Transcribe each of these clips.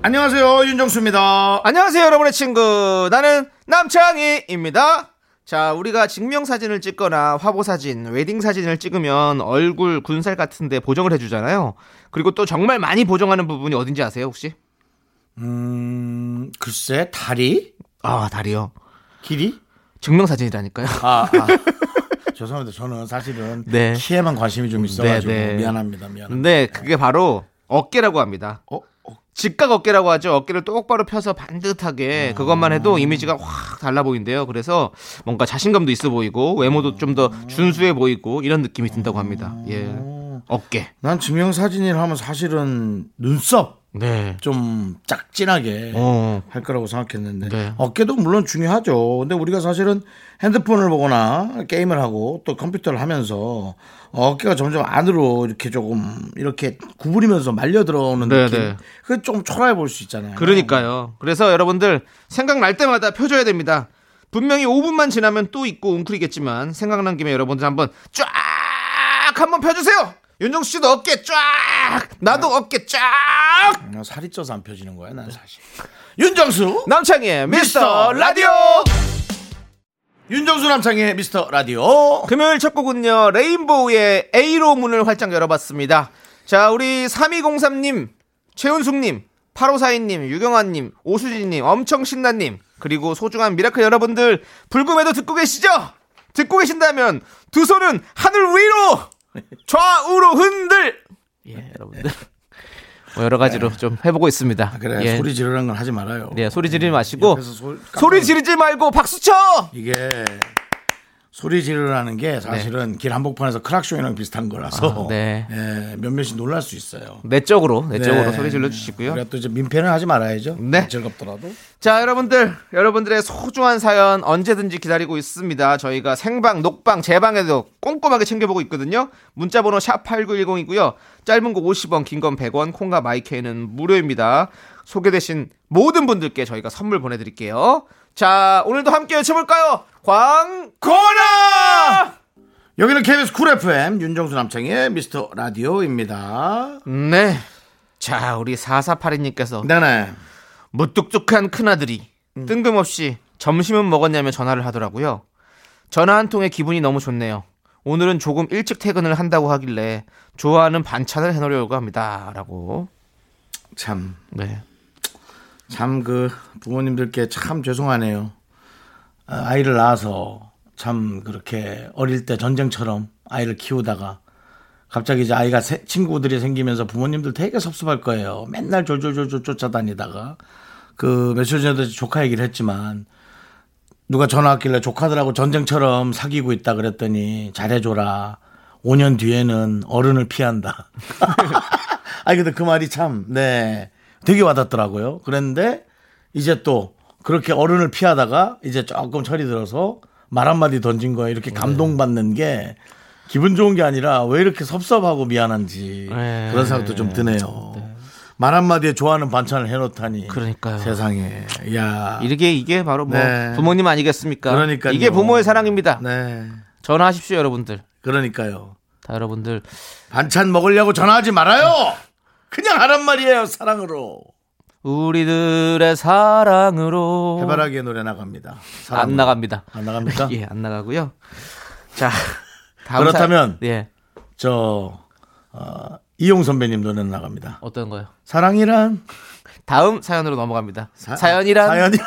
안녕하세요 윤정수입니다. 안녕하세요, 여러분의 친구. 나는 남창희입니다. 자, 우리가 증명사진을 찍거나 화보사진, 웨딩사진을 찍으면 얼굴 군살 같은데 보정을 해주잖아요. 그리고 또 정말 많이 보정하는 부분이 어딘지 아세요, 혹시? 음 글쎄 다리 아, 다리요. 길이 증명사진이라니까요. 아, 아. 죄송합니다. 저는 사실은 네. 키에만 관심이 좀 있어가지고 네, 네. 미안합니다. 미안합니다. 네, 그게 바로 어깨라고 합니다. 어? 어? 직각 어깨라고 하죠. 어깨를 똑바로 펴서 반듯하게 그것만 음. 해도 이미지가 확 달라 보이는데요. 그래서 뭔가 자신감도 있어 보이고 외모도 음. 좀 더 준수해 보이고 이런 느낌이 든다고 합니다. 예. 음. 어깨. 난 증명사진이라 하면 사실은 눈썹 네. 좀 짝진하게 어. 할 거라고 생각했는데 네. 어깨도 물론 중요하죠. 근데 우리가 사실은 핸드폰을 보거나 게임을 하고 또 컴퓨터를 하면서 어깨가 점점 안으로 이렇게 조금 이렇게 구부리면서 말려 들어오는 네, 느낌. 네. 그게 조금 초라해 보일 수 있잖아요. 음. 그러니까요. 그래서 여러분들 생각날 때마다 펴줘야 됩니다. 분명히 5분만 지나면 또 있고 웅크리겠지만 생각난 김에 여러분들 한번 쫙 한번 펴주세요. 윤정수 씨도 어깨 쫙, 나도 어깨 쫙. 난 음, 살이 쪄서 안 펴지는 거야, 난 사실. 윤정수 남창희의 미스터 라디오 윤정수 남창의 미스터 라디오. 아, 금요일 첫 곡은요 레인보우의 A로 문을 활짝 열어봤습니다 자 우리 3203님 최은숙님 8542님 유경환님 오수진님 엄청 신나님 그리고 소중한 미라클 여러분들 불금에도 듣고 계시죠? 듣고 계신다면 두 손은 하늘 위로 좌우로 흔들 예 여러분들 뭐 여러 가지로 좀 해보고 있습니다 네. 아, 그래 예. 소리 지르는 건 하지 말아요. 예, 소리 지르지 마시고 옆에서 소리- 네. 소리 지르지 말고 박수 쳐 이게 소리 지르라는 게 사실은 길 한복판에서 크락쇼이랑 비슷한 거라서 네. 아, 네. 예, 몇몇이 놀랄 수 있어요. 내적으로 내적으로 네. 소리 질러 주시고요. 우리가 또 이제 민폐는 하지 말아야죠. 네. 즐겁더라도. 자, 여러분들 여러분들의 소중한 사연 언제든지 기다리고 있습니다. 저희가 생방, 녹방, 재방에도 꼼꼼하게 챙겨보고 있거든요. 문자번호 샵 #8910이고요. 짧은 거 50원, 긴 건 100원, 콩과 마이케이는 무료입니다. 소개되신 모든 분들께 저희가 선물 보내드릴게요. 자, 오늘도 함께 외쳐볼까요? 광고나! 여기는 KBS 쿨 FM 윤정수 남창의 미스터 라디오입니다. 네. 자, 우리 4482님께서 네네. 무뚝뚝한 큰아들이 음. 뜬금없이 점심은 먹었냐며 전화를 하더라고요. 전화 한 통에 기분이 너무 좋네요. 오늘은 조금 일찍 퇴근을 한다고 하길래 좋아하는 반찬을 해놓으려고 합니다. 라고. 참, 네. 참 그 부모님들께 참 죄송하네요. 아, 아이를 낳아서 참 그렇게 어릴 때 전쟁처럼 아이를 키우다가 갑자기 이제 아이가 새- 친구들이 생기면서 부모님들 되게 섭섭할 거예요. 맨날 졸졸졸졸 쫓아다니다가 그 며칠 전에도 조카 얘기를 했지만 누가 전화 왔길래 조카들하고 전쟁처럼 사귀고 있다 그랬더니 잘해줘라. 5년 뒤에는 어른을 피한다. 아니 근데 그 말이 참, 네, 되게 와닿더라고요. 그랬는데 이제 또 그렇게 어른을 피하다가 이제 조금 철이 들어서 말 한마디 던진 거에 이렇게 네. 감동받는 게 기분 좋은 게 아니라 왜 이렇게 섭섭하고 미안한지 네. 그런 생각도 좀 드네요. 말 한마디에 좋아하는 반찬을 해놓다니. 그러니까요. 세상에. 야 아. 이게, 이게 바로 뭐 네. 부모님 아니겠습니까? 그러니까요. 이게 부모의 사랑입니다. 네. 전화하십시오, 여러분들. 그러니까요. 다 여러분들. 반찬 먹으려고 전화하지 말아요. 그냥 하란 말이에요. 사랑으로. 우리들의 사랑으로. 해바라기의 노래 나갑니다. 사랑으로. 어. 안 나갑니다. 안 나갑니까? 예, 안 나가고요. 자. 다음 사- 그렇다면 예. 저 어, 이용 선배님 노래 나갑니다. 어떤 거요? 사랑이란 다음 사연으로 넘어갑니다. 사, 연이란 사연이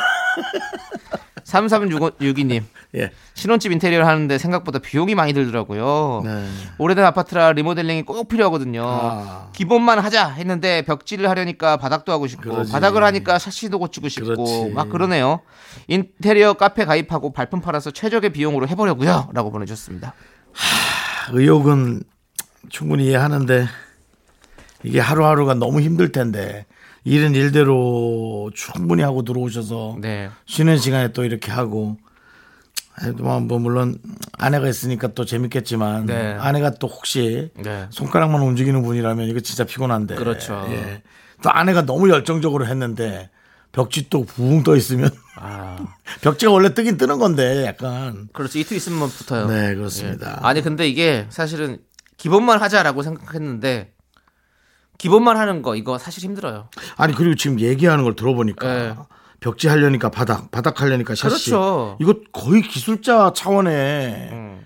3362님. 예. 신혼집 인테리어를 하는데 생각보다 비용이 많이 들더라고요. 네. 오래된 아파트라 리모델링이 꼭 필요하거든요. 아. 기본만 하자 했는데 벽지를 하려니까 바닥도 하고 싶고 그러지. 바닥을 하니까 샤시도 고치고 싶고 그렇지. 막 그러네요. 인테리어 카페 가입하고 발품 팔아서 최적의 비용으로 해보려고요. 라고 보내주셨습니다. 의욕은 충분히 이해하는데 이게 하루하루가 너무 힘들 텐데 일은 일대로 충분히 하고 들어오셔서 네. 쉬는 시간에 또 이렇게 하고 아이, 뭐, 뭐 물론 아내가 있으니까 또 재밌겠지만 네. 아내가 또 혹시 네. 손가락만 움직이는 분이라면 이거 진짜 피곤한데 그렇죠. 예. 또 아내가 너무 열정적으로 했는데 벽지 또 부웅 떠 있으면 아. 벽지가 원래 뜨긴 뜨는 건데 약간 그렇죠. 이틀 있으면 붙어요. 네, 그렇습니다. 예. 아니 근데 이게 사실은 기본만 하자라고 생각했는데 기본만 하는 거 이거 사실 힘들어요. 아니 그리고 지금 얘기하는 걸 들어보니까 네. 벽지 하려니까 바닥, 바닥 하려니까 샤시. 그렇죠. 음. 이거 거의 기술자 차원의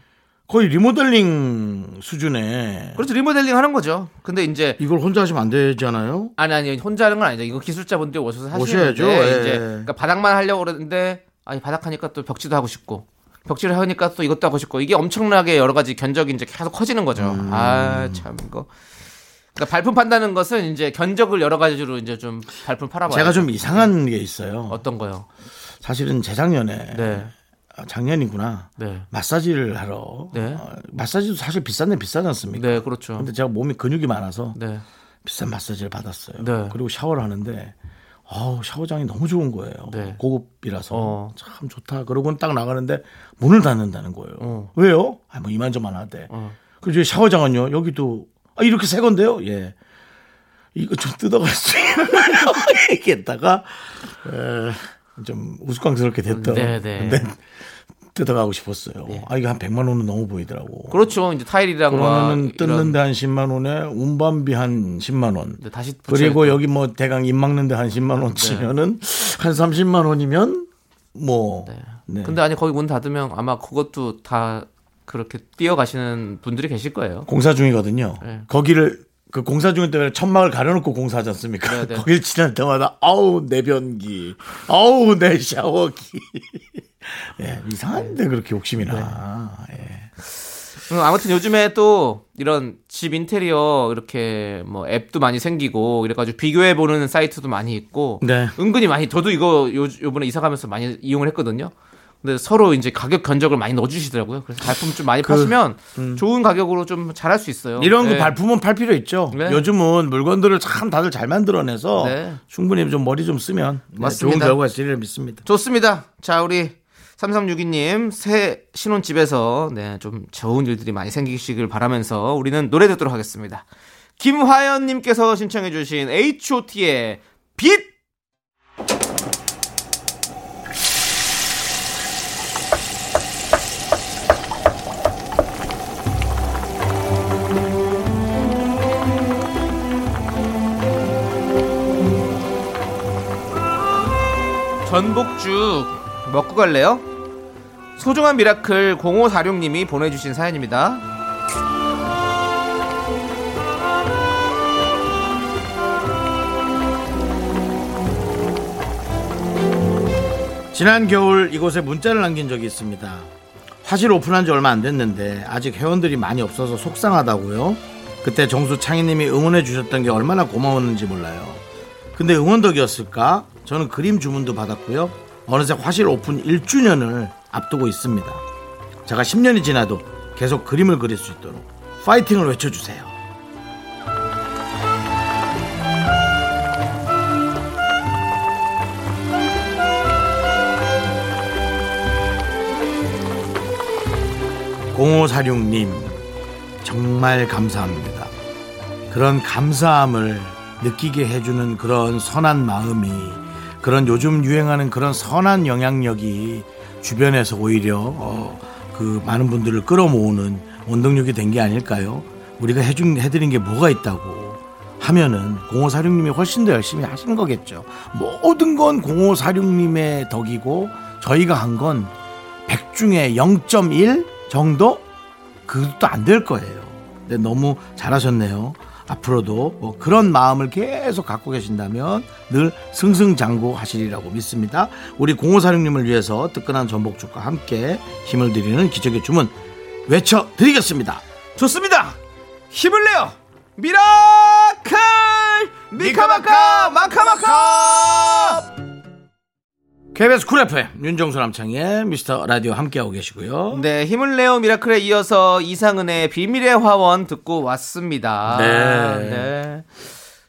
거의 리모델링 수준의 그렇죠. 리모델링 하는 거죠. 근데 이제 이걸 혼자 하시면 안 되잖아요. 아니 아니 혼자 하는 건 아니죠. 이거 기술자분들이 오셔서 하시는데 오셔야죠. 예. 이제 그러니까 바닥만 하려고 그러는데 아니 바닥 하니까 또 벽지도 하고 싶고 벽지를 하니까 또 이것도 하고 싶고 이게 엄청나게 여러 가지 견적이 이제 계속 커지는 거죠. 음. 아 참 이거. 그러니까 발품 판다는 것은 이제 견적을 여러 가지로 이제 좀 발품 팔아봐요. 제가 좀 이상한 게 있어요. 어떤 거요? 사실은 재작년에 네. 아, 작년이구나 네. 마사지를 하러 네. 어, 마사지도 사실 비싼데 비싸지 않습니까? 네, 그렇죠. 근데 제가 몸이 근육이 많아서 네. 비싼 마사지를 받았어요. 네. 그리고 샤워를 하는데 어우, 샤워장이 너무 좋은 거예요. 네. 고급이라서 어. 참 좋다. 그러고는 딱 나가는데 문을 닫는다는 거예요. 어. 왜요? 아, 뭐 이만저만 하대. 그리고 저희 샤워장은요. 여기도 아, 이렇게 새 건데요. 예. 이거 좀 뜯어갈 수 있나요? 얘기했다가 에, 좀 우스꽝스럽게 됐던. 네, 네. 근데 뜯어가고 싶었어요. 아 이게 한 100만 원은 너무 보이더라고. 그렇죠. 이제 타일이랑 그러면은 이런- 뜯는데 한 10만 원에 운반비 한 10만 원. 네, 다시 그리고 붙여야겠다. 네. 여기 뭐 대강 입 막는데 한 10만 원 치면은 한 30만 원이면 뭐 네. 근데 아니 거기 문 닫으면 아마 그것도 다 그렇게 뛰어가시는 분들이 계실 거예요. 공사 중이거든요. 네. 거기를 그 공사 중일 때문에 천막을 가려놓고 공사하지 않습니까? 네, 네. 거길 지날 때마다 아우 내 변기, 아우 내 샤워기. 예, 이상한데 그렇게 욕심이 나. 예. 음, 아무튼 요즘에 또 이런 집 인테리어 이렇게 뭐 앱도 많이 생기고 이래가지고 비교해 보는 사이트도 많이 있고 네. 은근히 많이 저도 이거 요 요번에 이사 가면서 많이 이용을 했거든요. 근데 서로 이제 가격 견적을 많이 넣어주시더라고요. 그래서 발품 좀 많이 파시면 좋은 가격으로 좀 잘할 수 있어요. 음. 이런 그 네. 거 발품은 팔 필요 있죠. 네. 요즘은 물건들을 참 다들 잘 만들어내서 네. 충분히 좀 머리 좀 쓰면 네, 좋은 맞습니다. 결과 있을 믿습니다. 좋습니다. 자, 우리 3362님, 새 신혼집에서, 네, 좀 좋은 일들이 많이 생기시길 바라면서 우리는 노래 듣도록 하겠습니다. 김화연님께서 신청해주신 H.O.T의 빛! 전복죽 먹고 갈래요? 소중한 미라클 0546님이 보내주신 사연입니다. 지난 겨울 이곳에 문자를 남긴 적이 있습니다. 화실 오픈한 지 얼마 안 됐는데 아직 회원들이 많이 없어서 속상하다고요. 그때 정수 창희님이 응원해 주셨던 게 얼마나 고마웠는지 몰라요. 근데 응원덕이었을까? 저는 그림 주문도 받았고요. 어느새 화실 오픈 1주년을 앞두고 있습니다. 제가 10년이 지나도 계속 그림을 그릴 수 있도록 파이팅을 외쳐주세요. 공5 4 6님 정말 감사합니다. 그런 감사함을 느끼게 해주는 그런 선한 마음이 그런 요즘 유행하는 그런 선한 영향력이 주변에서 오히려 어, 그 많은 분들을 끌어모으는 원동력이 된 게 아닐까요? 우리가 해준 해드린 게 뭐가 있다고 하면은 0546님이 훨씬 더 열심히 하신 거겠죠. 모든 건 0546님의 덕이고 저희가 한 건 100중에 0.1 정도 그것도 안 될 거예요. 근데 너무 잘하셨네요. 앞으로도 뭐 그런 마음을 계속 갖고 계신다면 늘 승승장구 하시리라고 믿습니다. 우리 0546님을 위해서 뜨끈한 전복죽과 함께 힘을 드리는 기적의 주문 외쳐드리겠습니다. 좋습니다! 힘을 내요! 미라클! 미카마카! 마카마카! KBS 쿨 FM 윤정수 남창의 미스터 라디오 함께하고 계시고요. 네, 힘을 내요 미라클에 이어서 이상은의 비밀의 화원 듣고 왔습니다. 네.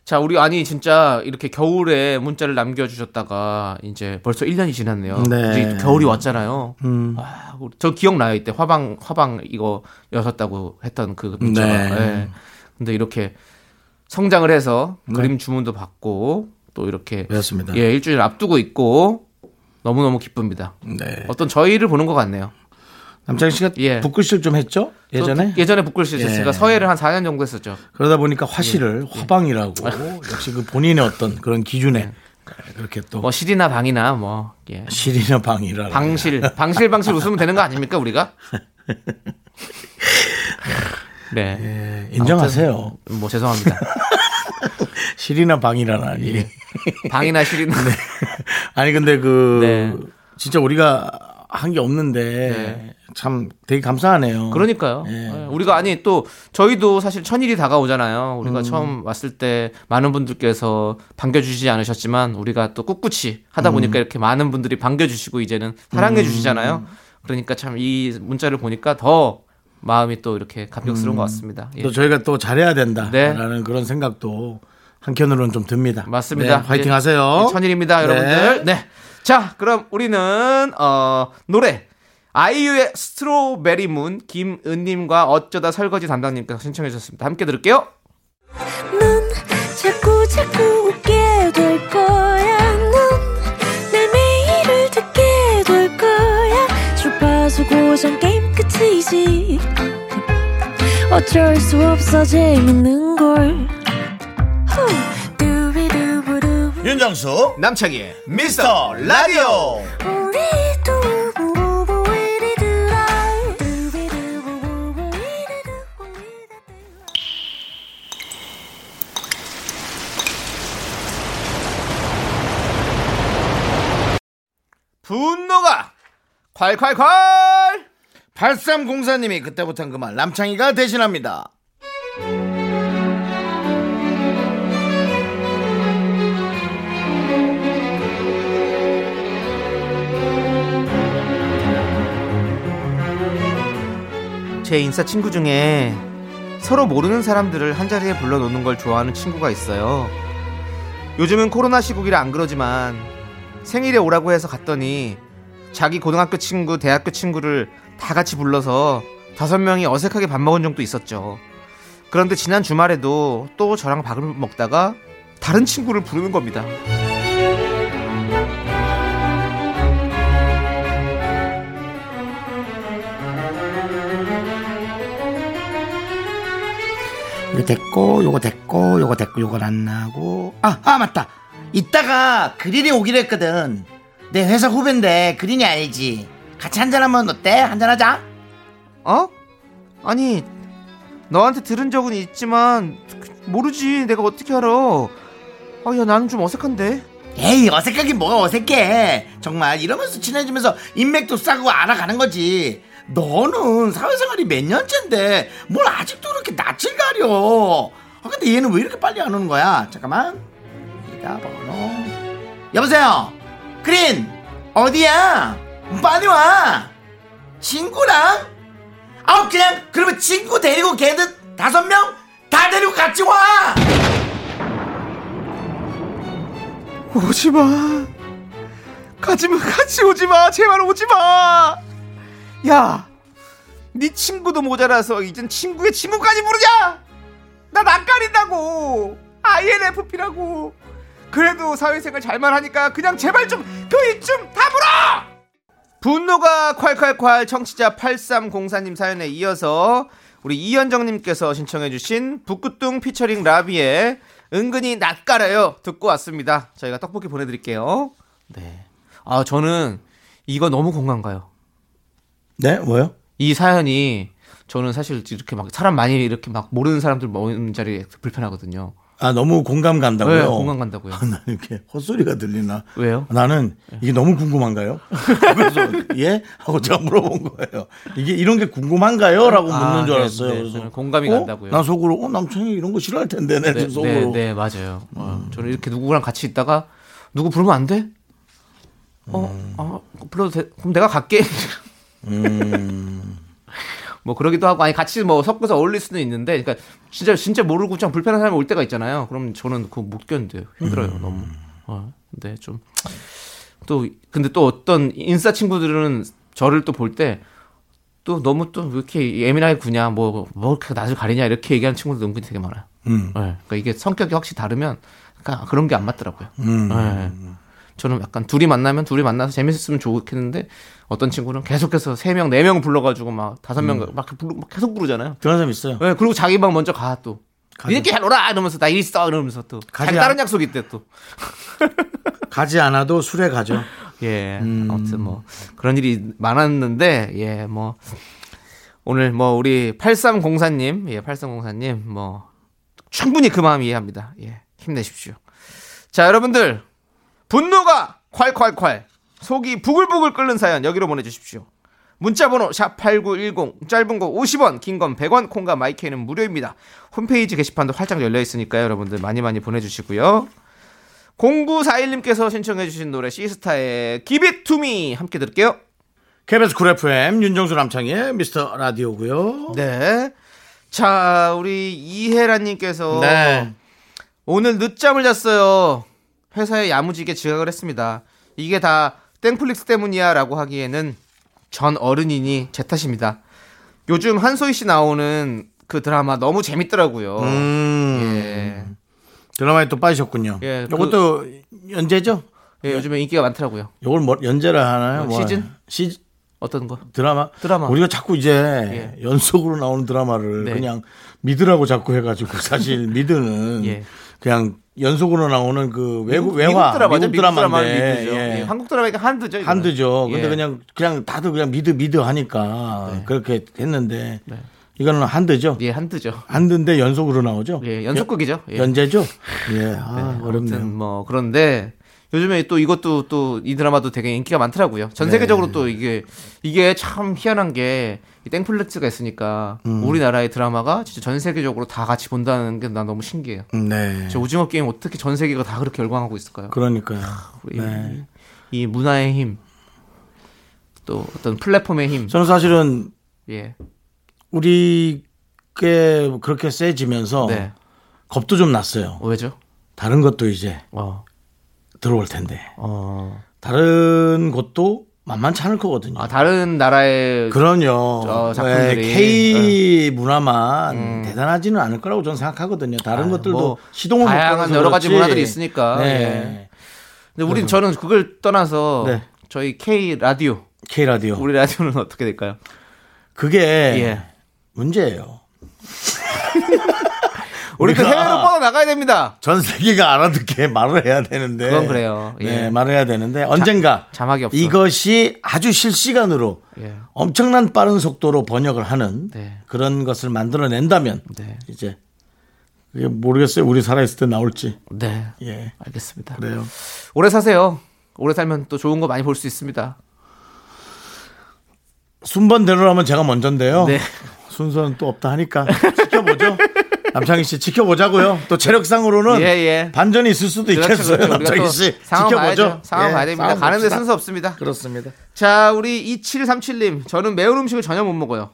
자, 우리 아니 진짜 이렇게 겨울에 문자를 남겨 주셨다가 이제 벌써 1년이 지났네요. 네. 음. 이제 겨울이 왔잖아요. 아, 우리- 저 기억나요. 이때 화방 화방 이거 여셨다고 했던 그 문자가. 네. 예. 근데 이렇게 성장을 해서 그림 주문도 받고 또 이렇게 네. 그렇습니다. 예, 일주일 앞두고 있고 너무너무 기쁩니다. 네. 어떤 저희를 보는 것 같네요. 남창희 씨가 예. 북글씨를 좀 했죠? 저 예전에? 부- 예전에 북글씨 예. 제가 서예를 한 4년 정도 했었죠. 그러다 보니까 화실을 예. 화방이라고 역시 그 본인의 어떤 그런 기준에 그렇게 또 뭐 실이나 방이나 뭐 예. 실이나 방이라고. 방실 방실 방실 웃으면 되는 거 아닙니까 우리가? 네. 예, 인정하세요. 뭐 죄송합니다. 실이나 방이라니. 예. 방이나 실이나 네. 아니 근데 그 네. 진짜 우리가 한 게 없는데 네. 참 되게 감사하네요. 그러니까요. 예. 예, 우리가 아니 또 저희도 사실 천일이 다가오잖아요. 우리가 처음 왔을 때 많은 분들께서 반겨주시지 않으셨지만 우리가 또 꿋꿋이 음. 하다 보니까 이렇게 많은 분들이 반겨주시고 이제는 사랑해 주시잖아요. 음. 그러니까 참 이 문자를 보니까 더 마음이 또 이렇게 감격스러운 것 같습니다. 예. 또 저희가 또 잘해야 네. 된다라는 그런 생각도 한켠으로는 좀 듭니다. 맞습니다. 네, 파이팅 예, 하세요. 예, 천일입니다, 여러분들. 네. 자, 그럼 우리는 어 노래 아이유의 스트로베리 문 김은님과 어쩌다 설거지 담당님께서 신청해 주셨습니다. 함께 들을게요. 넌 자꾸 자꾸 웃게 될 거야. 넌내 매일을 듣게 될 거야. 주파수 고정 게임 끝이지. 어쩔 수 없어 재밌는 걸. 후. 두비두부두. 네. 윤정수 남창희의 미스터 라디오 우리 두부부부 우리들아. 두비두부부부 우리들아. 우리들아. 분노가 콸콸콸! 8304님이 그때부터는 그만 남창희가 대신합니다. 제 인사 친구 중에 서로 모르는 사람들을 한자리에 불러놓는 걸 좋아하는 친구가 있어요. 요즘은 코로나 시국이라 안 그러지만 생일에 오라고 해서 갔더니 자기 고등학교 친구, 대학교 친구를 다 같이 불러서 다섯 명이 어색하게 밥 먹은 적도 있었죠. 그런데 지난 주말에도 또 저랑 밥을 먹다가 다른 친구를 부르는 겁니다. 이거 됐고 요거 됐고 요거 됐고 요건 안 나고 아, 아 맞다 이따가 그린이 오기로 했거든 내 회사 후배인데 그린이 알지 같이 한잔하면 어때 한잔하자 어? 아니 너한테 들은 적은 있지만 그, 모르지 내가 어떻게 알아 아야 나는 좀 어색한데 에이 어색하긴 뭐가 어색해 정말 이러면서 친해지면서 인맥도 쌓고 알아가는 거지 너는 사회생활이 몇 년째인데 뭘 아직도 그렇게 낯을 가려 아 근데 얘는 왜 이렇게 빨리 안 오는 거야 잠깐만 이다 번호 여보세요 그린 어디야 빨리 와 친구랑 아우 그냥 그러면 친구 데리고 걔들 다섯 명 다 데리고 같이 와 오지마 가지마 같이 오지마 제발 오지마 야네 친구도 모자라서 이젠 친구의 친구까지 부르자 나 낯가린다고 INFP라고 그래도 사회생활 잘만 하니까 그냥 제발 좀 교육 좀다 불어 분노가 콸콸콸 청취자 8304님 사연에 이어서 우리 이현정님께서 신청해주신 북구뚱 피처링 라비의 은근히 낯가려요 듣고 왔습니다. 저희가 떡볶이 보내드릴게요. 네. 아 저는 이거 너무 공감가요. 네 뭐요? 이 사연이 저는 사실 이렇게 막 사람 많이 이렇게 막 모르는 사람들 모이는 자리에 불편하거든요. 아 너무 공감 간다고요? 왜 공감 간다고요? 아, 나 이렇게 헛소리가 들리나? 왜요? 나는 이게 너무 궁금한가요? 그래서 예 하고 제가 물어본 거예요. 이게 이런 게 궁금한가요?라고 아, 묻는 줄 네, 알았어요. 네, 그래서 저는 공감이 어? 간다고요. 난 속으로 어 남편이 이런 거 싫어할 텐데 내 네, 지금 속으로. 네, 네, 맞아요. 어, 저는 이렇게 누구랑 같이 있다가 누구 부르면 안 돼? 음. 음. 어, 아, 불러도 돼? 그럼 내가 갈게. 뭐 그러기도 하고 아니 같이 뭐 섞어서 어울릴 수도 있는데 그러니까 진짜 진짜 모르고 좀 불편한 사람이 올 때가 있잖아요. 그럼 저는 그거 못 견뎌요. 힘들어요 음. 너무. 어, 근데 좀 또 근데 또 어떤 인싸 친구들은 저를 또 볼 때 또 너무 또왜 이렇게 예민하게 구냐 뭐뭐 이렇게 낯을 가리냐 이렇게 얘기하는 친구들 은근히 되게 많아요. 음. 예, 그러니까 이게 성격이 확실히 다르면 그러니까 그런 게 안 맞더라고요. 음. 예. 저는 약간 둘이 만나면 둘이 만나서 재밌었으면 좋겠는데 어떤 친구는 계속해서 세 명, 네 명 불러가지고 막 다섯 명막 부르, 막 계속 부르잖아요. 그런 사람 있어요. 예, 그리고 자기 방 먼저 가 또. 이렇게 잘 놀아 이러면서 나 일 있어 이러면서 또 가지 자기 않- 다른 약속 있대 또. 가지 않아도 술에 가죠. 예. 아무튼 뭐 그런 일이 많았는데 예, 뭐 오늘 뭐 우리 8304님, 예, 8304님 뭐 충분히 그 마음 이해합니다. 예. 힘내십시오. 자, 여러분들 분노가 콸콸콸 속이 부글부글 끓는 사연 여기로 보내 주십시오. 문자 번호 샵8910 짧은 거 50원 긴 건 100원 콩과 마이크는 무료입니다. 홈페이지 게시판도 활짝 열려 있으니까요. 여러분들 많이 많이 보내 주시고요. 0941님께서 신청해 주신 노래 시스타의 Give It To Me 함께 들을게요. KBS 쿨 FM 윤정수 남창희의 미스터 라디오고요. 네. 자, 우리 이혜란 님께서 네. 오늘 늦잠을 잤어요. 회사에 야무지게 지각을 했습니다. 이게 다 땡플릭스 때문이야라고 하기에는 전 어른이니 제 탓입니다. 요즘 한소희 씨 나오는 그 드라마 너무 재밌더라고요. 음, 예. 드라마에 또 빠지셨군요. 예, 요것도 연재죠? 예, 요즘에 인기가 많더라고요. 요걸 뭐 연재를 하나요? 뭐 뭐 시즌? 시 어떤 거? 드라마? 드라마. 예. 우리가 자꾸 이제 연속으로 나오는 드라마를 네. 그냥 믿으라고 자꾸 해가지고 사실 믿으는 예. 그냥 연속으로 나오는 그 외국 외화 미국 드라마죠. 미국 미국 드라마를 드라마인데 미드죠. 예. 예, 한국 드라마니까 한드죠. 이거는. 한두죠. 근데 예. 네. 그냥 그냥 다들 그냥 미드 미드 하니까 그렇게 했는데 이거는 한두죠. 예, 한드죠. 한두인데 연속으로 나오죠. 예, 연속극이죠. 예. 어. 네, 연재죠. 예, 아, 아무튼 어렵네요. 뭐 그런데 요즘에 또 이것도 또 이 드라마도 되게 인기가 많더라고요. 전 네. 세계적으로 또 이게 이게 참 희한한 게이 땡플렉스가 있으니까 음. 우리나라의 드라마가 진짜 전 세계적으로 다 같이 본다는 게 난 너무 신기해요. 음, 네. 저 오징어 게임 어떻게 전 세계가 다 그렇게 열광하고 있을까요? 그러니까요. 아, 우리 네. 이, 이 문화의 힘, 또 어떤 플랫폼의 힘, 저는 사실은 예, 우리께 그렇게 세지면서 네, 겁도 좀 났어요. 어, 왜죠? 다른 것도 이제 어, 들어올 텐데 어, 다른 것도 만만치 않을 거거든요. 아 다른 나라의 그럼요. 저 왜 작품들이. 음. K 문화만 대단하지는 않을 거라고 저는 생각하거든요. 다른 아, 것들도 뭐 시동을 못 다양한 걸어서 여러 가지 그렇지. 문화들이 있으니까, 예. 네. 근데 우리 저는 그걸 떠나서 네. 저희 K 라디오 K 라디오. 우리 라디오는 어떻게 될까요? 그게 예. 문제예요. 우리 그 우리가- 아. 해외로 뻗어 나가야 됩니다. 전 세계가 알아듣게 말을 해야 되는데. 그건 그래요. 예. 네, 말을 해야 되는데 언젠가 자막이 없어. 이것이 아주 실시간으로 예. 엄청난 빠른 속도로 번역을 하는 네. 그런 것을 만들어낸다면 네. 이제 그게 모르겠어요. 우리 살아있을 때 나올지. 네. 예. 알겠습니다. 그래요. 오래 사세요. 오래 살면 또 좋은 거 많이 볼 수 있습니다. 순번대로라면 제가 먼저인데요. 네. 순서는 또 없다 하니까 지켜보죠. 남창희 씨 지켜보자고요. 또 체력상으로는 예, 예. 반전이 있을 수도 있겠어요. 남창희 씨 상황 지켜보죠. 봐야죠. 상황 예, 봐야 됩니다. 상황 가는 데 봅시다. 순서 없습니다. 그렇습니다. 자, 우리 2737님. 저는 매운 음식을 전혀 못 먹어요.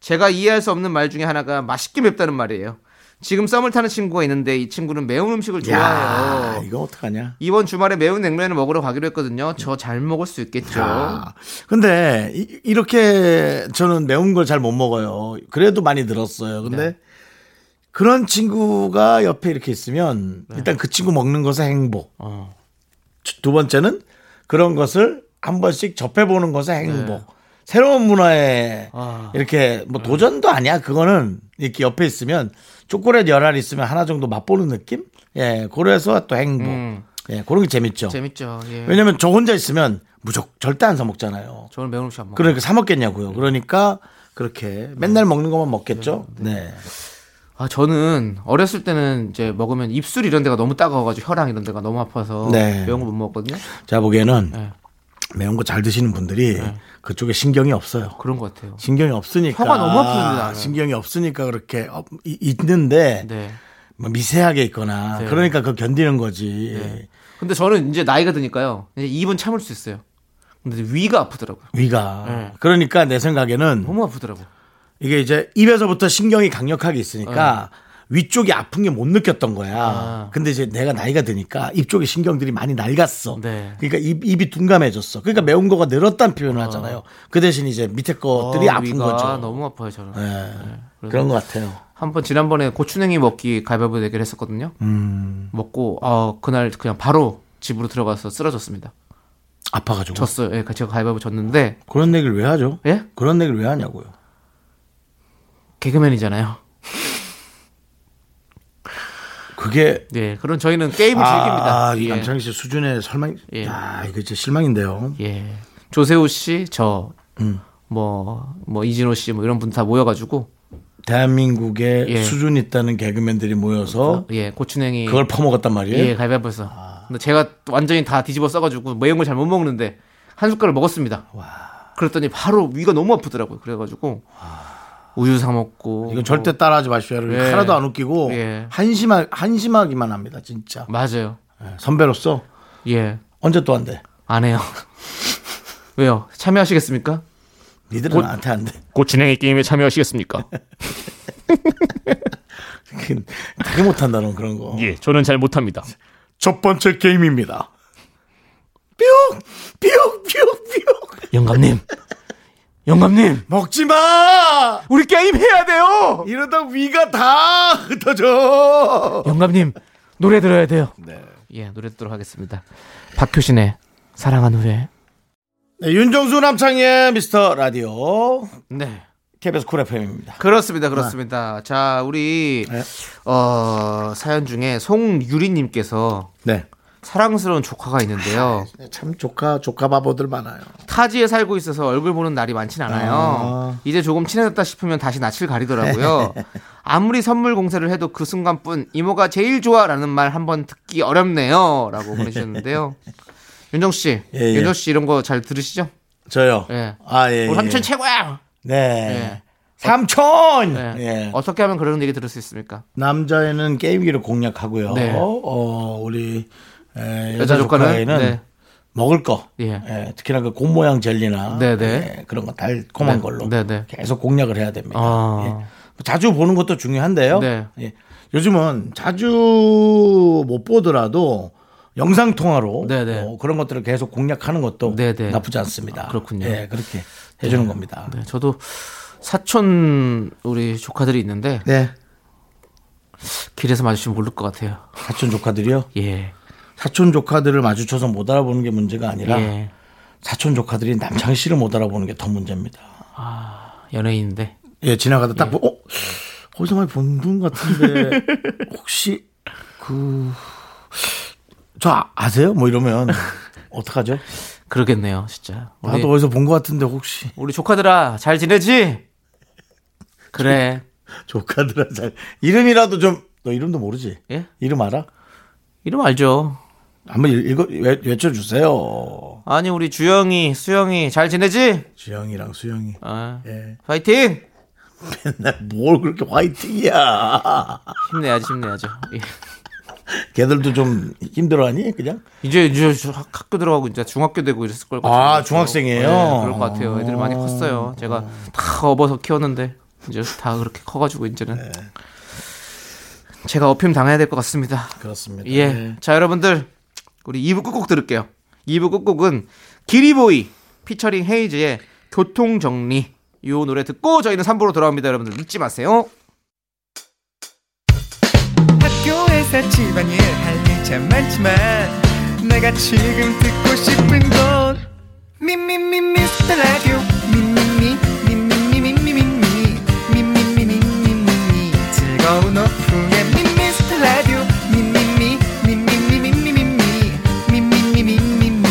제가 이해할 수 없는 말 중에 하나가 맛있게 맵다는 말이에요. 지금 썸을 타는 친구가 있는데 이 친구는 매운 음식을 야, 좋아해요. 이거 어떡하냐. 이번 주말에 매운 냉면을 먹으러 가기로 했거든요. 저 잘 먹을 수 있겠죠. 아, 근데 이- 이렇게 저는 매운 걸 잘 못 먹어요. 그래도 많이 늘었어요. 근데 네. 그런 친구가 옆에 이렇게 있으면 일단 그 친구 먹는 것에 행복. 네. 어. 두 번째는 그런 것을 한 번씩 접해보는 것의 행복. 새로운 문화에 네. 아. 이렇게 뭐 도전도 아니야. 그거는 이렇게 옆에 있으면 초콜릿 열알 있으면 하나 정도 맛보는 느낌? 예, 그래서 또 행복. 음. 예, 그런 게 재밌죠. 재밌죠. 예. 음. 왜냐면 저 혼자 있으면 무조건 절대 안 사먹잖아요. 저는 매운 음식 안 먹어요. 그러니까 사먹겠냐고요. 그러니까 그렇게 맨날 먹는 것만 먹겠죠. 네. 아, 저는 어렸을 때는 이제 먹으면 입술 이런 데가 너무 따가워가지고 혀랑 이런 데가 너무 아파서 네. 매운 거 못 먹었거든요. 제가 보기에는 네. 매운 거 잘 드시는 분들이 그쪽에 신경이 없어요. 그런 것 같아요. 신경이 없으니까. 혀가 너무 아프는데, 나는. 신경이 없으니까 그렇게 어, 이- 있는데 네. 뭐 미세하게 있거나 네. 그러니까 그거 견디는 거지. 근데 저는 이제 나이가 드니까요. 이제 입은 참을 수 있어요. 근데 위가 아프더라고요. 위가. 네. 그러니까 내 생각에는 너무 아프더라고요. 이게 이제 입에서부터 신경이 강력하게 있으니까 어. 위쪽이 아픈 게 못 느꼈던 거야. 아. 근데 이제 내가 나이가 드니까 입 쪽에 신경들이 많이 낡았어. 네. 그러니까 입, 입이 둔감해졌어. 그러니까 매운 거가 늘었다는 표현을 하잖아요. 그 대신 이제 밑에 것들이 어, 아픈 위가 거죠. 너무 아파요 저는. 예. 그래서 그런 것 같아요. 한번 지난번에 고추냉이 먹기 가위바위보 내기를 했었거든요. 음. 먹고 아 그날 그냥 바로 집으로 들어가서 쓰러졌습니다. 아파가지고. 졌어요. 예, 제가 가위바위보 졌는데 그런 얘기를 왜 하죠? 예? 그런 얘기를 왜 하냐고요. 개그맨이잖아요. 그게 예, 그럼 저희는 게임을 아, 이 즐깁니다. 예. 남창희 씨 수준의 설망. 예. 야, 이거 진짜 실망인데요. 예. 조세호 씨, 저, 음. 뭐, 뭐, 이진호 씨, 뭐, 이런 분 다 모여가지고, 대한민국에 예. 수준 있다는 개그맨들이 모여서 예, 고추냉이. 그걸 아. 퍼먹었단 말이에요. 예, 가위바위보에서. 근데 제가 완전히 다 뒤집어 써가지고, 매운 걸 잘 못 먹는데, 한 숟갈을 먹었습니다. 그랬더니 바로 위가 너무 아프더라고요. 그래가지고, 우유 사먹고. 이건 절대 따라하지 마시오를 예. 하나도 안 웃기고 예. 한심하 한심하기만 합니다 진짜 맞아요. 예, 선배로서 예. 언제 또 안돼 안 해요. 왜요? 참여하시겠습니까? 니들은 곧- 나한테 안돼 고추냉이 게임에 참여하시겠습니까? 되게 못한다 넌 그런 거 예, 저는 잘 못합니다. 첫 번째 게임입니다 뿅! 뿅! 뿅! 뿅! 영감님. 영감님. 먹지마 우리 게임 해야 돼요. 이러다 위가 다 흩어져 영감님 노래 들어야 돼요. 예 노래 듣도록 하겠습니다. 박효신의 사랑한 후에. 네, 윤정수 남창의 미스터 라디오 네 KBS 쿨 FM입니다 그렇습니다 그렇습니다. 자 우리 네. 어, 사연 중에 송유리님께서 네참 사랑스러운 조카가 있는데요. 네, 조카 조카 바보들 많아요 타지에 살고 있어서 얼굴 보는 날이 많진 않아요. 아. 이제 조금 친해졌다 싶으면 다시 낯을 가리더라고요. 아무리 선물 공세를 해도 그 순간뿐 이모가 제일 좋아라는 말 한번 듣기 어렵네요. 라고 보내주셨는데요. 윤정 씨, 예, 예. 윤정 씨 이런 거 잘 들으시죠? 저요 예. 아예 우리 삼촌 최고야! 네. 예. 삼촌! 예. 예. 어떻게 하면 그런 얘기 들을 수 있습니까? 남자애는 게임기로 공략하고요. 네. 어, 우리 에, 여자, 여자 조카는? 조카에는 네. 먹을 거. 예. 예, 특히나 그 곰 모양 젤리나 네, 네. 예, 그런 거 달콤한 네, 걸로 네, 네. 계속 공략을 해야 됩니다. 아. 예. 뭐 자주 보는 것도 중요한데요. 네. 예. 요즘은 자주 못 보더라도 영상 통화로 네, 네. 어, 그런 것들을 계속 공략하는 것도 네, 네. 나쁘지 않습니다. 아, 그렇군요. 예, 그렇게 해주는 겁니다. 네, 저도 사촌 우리 조카들이 있는데 네. 길에서 마주치면 모를 것 같아요. 사촌 조카들이요. 예. 사촌 조카들을 마주쳐서 못 알아보는 게 문제가 아니라 예. 사촌 조카들이 남창희 씨를 못 알아보는 게 더 문제입니다. 연예인인데. 예, 지나가다 딱 보, 어? 거기서 많이 본 분 같은데 혹시 그 저 아세요? 뭐 이러면 어떡하죠? 그러겠네요, 진짜. 우리- 나도 어디서 본 것 같은데 혹시 우리 조카들아 잘 지내지? 그래. 조카들아 잘 이름이라도 좀 너 이름도 모르지? 예? 이름 알아? 이름 알죠? 한번 읽- 읽어 외- 외쳐주세요. 아니 우리 주영이, 수영이 잘 지내지? 주영이랑 수영이 아, 예. 파이팅! 맨날 뭘 그렇게 화이팅이야? 힘내야지, 힘내야죠. 예. 걔들도 좀 힘들어하니 그냥? 이제 이제 저 학- 학교 들어가고 이제 중학교 되고 이랬을 걸 같아요. 아, 중학생이에요? 네, 그럴 것 같아요. 애들이 많이 컸어요. 제가 다 업어서 키웠는데 이제 다 그렇게 커가지고 이제는 네. 제가 업힘 당해야 될 것 같습니다. 그렇습니다. 예. 자, 여러분들. 우리 2부 끝곡 들을게요. 2부 끝곡은 기리보이 피처링 헤이즈의 교통정리. 이 노래 듣고 저희는 3부로 돌아옵니다. 여러분들 잊지 마세요. 학교에서 집안일 할 일 참 많지만 내가 지금 듣고 싶은 건 미미미 미스터 라디오 미미미 미미미미미미 미미미미미미 즐거운 오후에 미스터 라디오 미미미 미미미미미미 미미미미미미미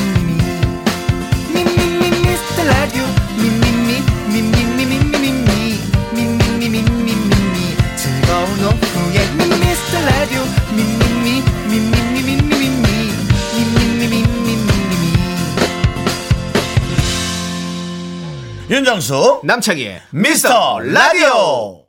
미미미 미스터 라디오 미미미 미미미미미미 미미미미미미 즐거운 오후에 미스터 라디오 미미미 미미미미미미 미미미미미미미 윤정수 남창희의 미스터 라디오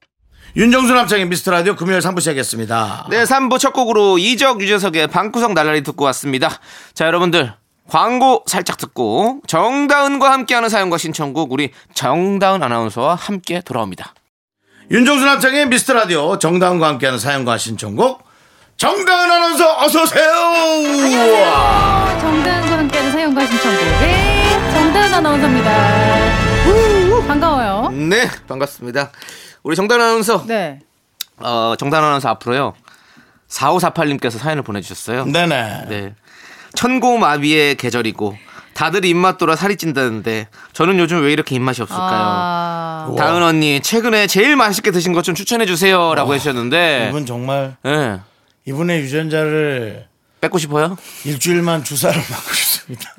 윤정수 남창의 미스터 라디오 금요일 3부 시작했습니다. 네, 3부 첫 곡으로 이적 유재석의 방구석 날라리 듣고 왔습니다. 자, 여러분들. 광고 살짝 듣고 정다은과 함께하는 사연과 신청곡 우리 정다은 아나운서와 함께 돌아옵니다. 윤종수 남창의 미스터 라디오 정다운과 함께하는 사연과 신청곡 정다운 아나운서 어서 오세요. 정다은과 함께하는 사연과 신청곡의 정다은 아나운서입니다. 반가워요. 네, 반갑습니다. 우리 정단 아나운서, 네. 어, 정단 아나운서 앞으로요. 4548님께서 사연을 보내주셨어요. 네네. 네. 천고마비의 계절이고 다들 입맛 돌아 살이 찐다는데 저는 요즘 왜 이렇게 입맛이 없을까요? 아, 다은 언니 최근에 제일 맛있게 드신 것 좀 추천해 주세요라고 해주셨는데 이분 정말 예 이분의 유전자를 뺏고 싶어요? 일주일만 주사를 맞고 싶습니다.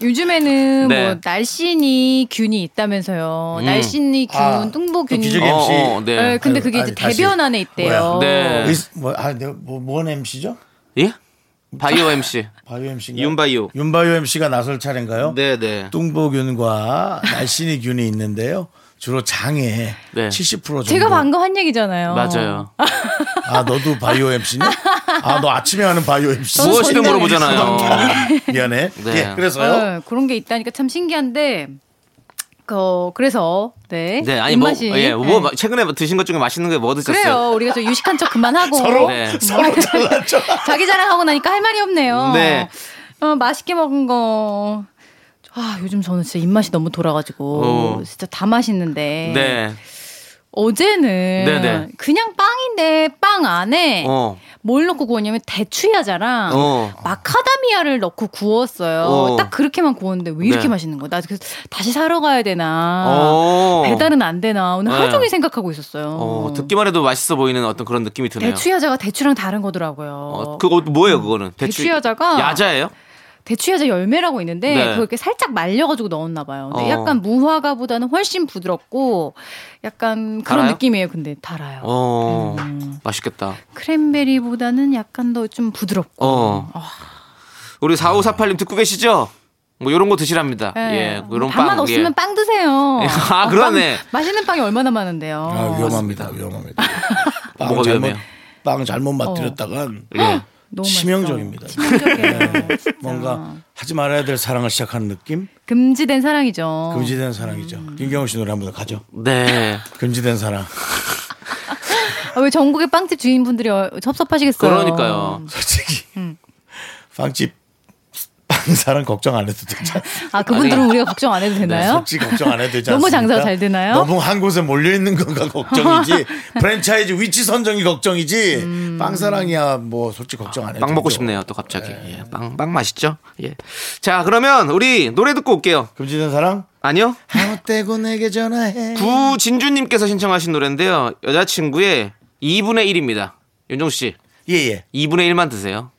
요즘에는 네. 뭐 날씬이 균이 있다면서요. 날씬이 균, 아, 뚱보균이. 기적의 어. MC. 어, 어, 네. 네, 근데 그게 아니, 이제 다시. 대변 안에 있대요. 네. 의사- 뭐, 아, 내가 뭐, 뭔 MC죠? 예? 바이오 MC 바이오 MC인가요? 윤바이오 윤바이오 MC가 나설 차례인가요? 네네 뚱보균과 날씬이균이 있는데요. 주로 장에 네. 70% 정도. 제가 방금 한 얘기잖아요. 맞아요 아 너도 바이오 MC니? 아 너 아침에 하는 바이오 MC. 저는 무엇이든 전혀 물어보잖아요 미안해. 뭐 네. 예, 그래서요. 어, 그런 게 있다니까 참 신기한데. 어, 그래서 네. 네 아니 입맛이. 뭐, 예, 뭐 네. 마- 최근에 드신 것 중에 맛있는 게 뭐 드셨어요? 그래요. 우리가 좀 유식한 척 그만하고 서로 네. 서로 잘났죠. 자기 자랑하고 나니까 할 말이 없네요. 네. 어, 맛있게 먹은 거. 아, 요즘 저는 진짜 입맛이 너무 돌아가지고 어. 진짜 다 맛있는데 네. 어제는 네네. 그냥 빵인데 빵 안에 어. 뭘 넣고 구웠냐면 대추야자랑 어. 마카다미아를 넣고 구웠어요. 어. 딱 그렇게만 구웠는데 왜 이렇게 네. 맛있는 거야? 나 그래서 다시 사러 가야 되나? 어. 배달은 안 되나? 오늘 하루 네. 종일 생각하고 있었어요. 어, 듣기만 해도 맛있어 보이는 어떤 그런 느낌이 드네요. 대추야자가 대추랑 다른 거더라고요. 어, 그거 뭐예요, 그거는? 대추 대추야자가 야자예요? 대추야자 열매라고 있는데 네. 그걸 이렇게 살짝 말려가지고 넣었나 봐요. 근데 어. 약간 무화과보다는 훨씬 부드럽고 약간 그런 달아요? 느낌이에요. 근데 달아요. 어. 음. 맛있겠다. 크랜베리보다는 약간 더 좀 부드럽고. 어. 우리 4548님 듣고 계시죠? 뭐 요런 거 드시랍니다. 예. 예. 요런 단맛 빵. 없으면 예. 빵 드세요. 예. 아, 어, 그러네. 빵, 맛있는 빵이 얼마나 많은데요. 아, 위험합니다. 위험합니다. 빵 뭐가 잘못 위험해요? 빵 잘못 맛들였다간 예. 너무 맛있어. 치명적입니다. 네. 치명적이에요. 진짜. 뭔가 하지 말아야 될 사랑을 시작하는 느낌. 금지된 사랑이죠. 금지된 사랑이죠. 김경호 씨 노래 한번 가죠. 네. 금지된 사랑. 아, 왜 전국의 빵집 주인분들이 어- 섭섭하시겠어요. 음. 그러니까요. 솔직히 빵집 빵 사랑 걱정 안 해도 되잖아요. 아 그분들은 아니. 네, 우리가 걱정 안 해도 되나요? 솔직히 걱정 안 해도 되지 않습니까? 너무 장사가 잘 되나요? 너무 한 곳에 몰려 있는 건가 걱정이지. 프랜차이즈 위치 선정이 걱정이지. 음. 빵사랑이야 뭐 솔직히 걱정 안 해도 빵 먹고 되죠. 싶네요, 또 갑자기. 예. 빵, 빵 맛있죠? 예. 자, 그러면 우리 노래 듣고 올게요. 금지된 사랑 아니요? 아무 때고 내게 전화해. 구진주님께서 신청하신 노래인데요. 여자친구의 2분의 1입니다. 윤종수 씨, 예예. 2분의 1만 드세요.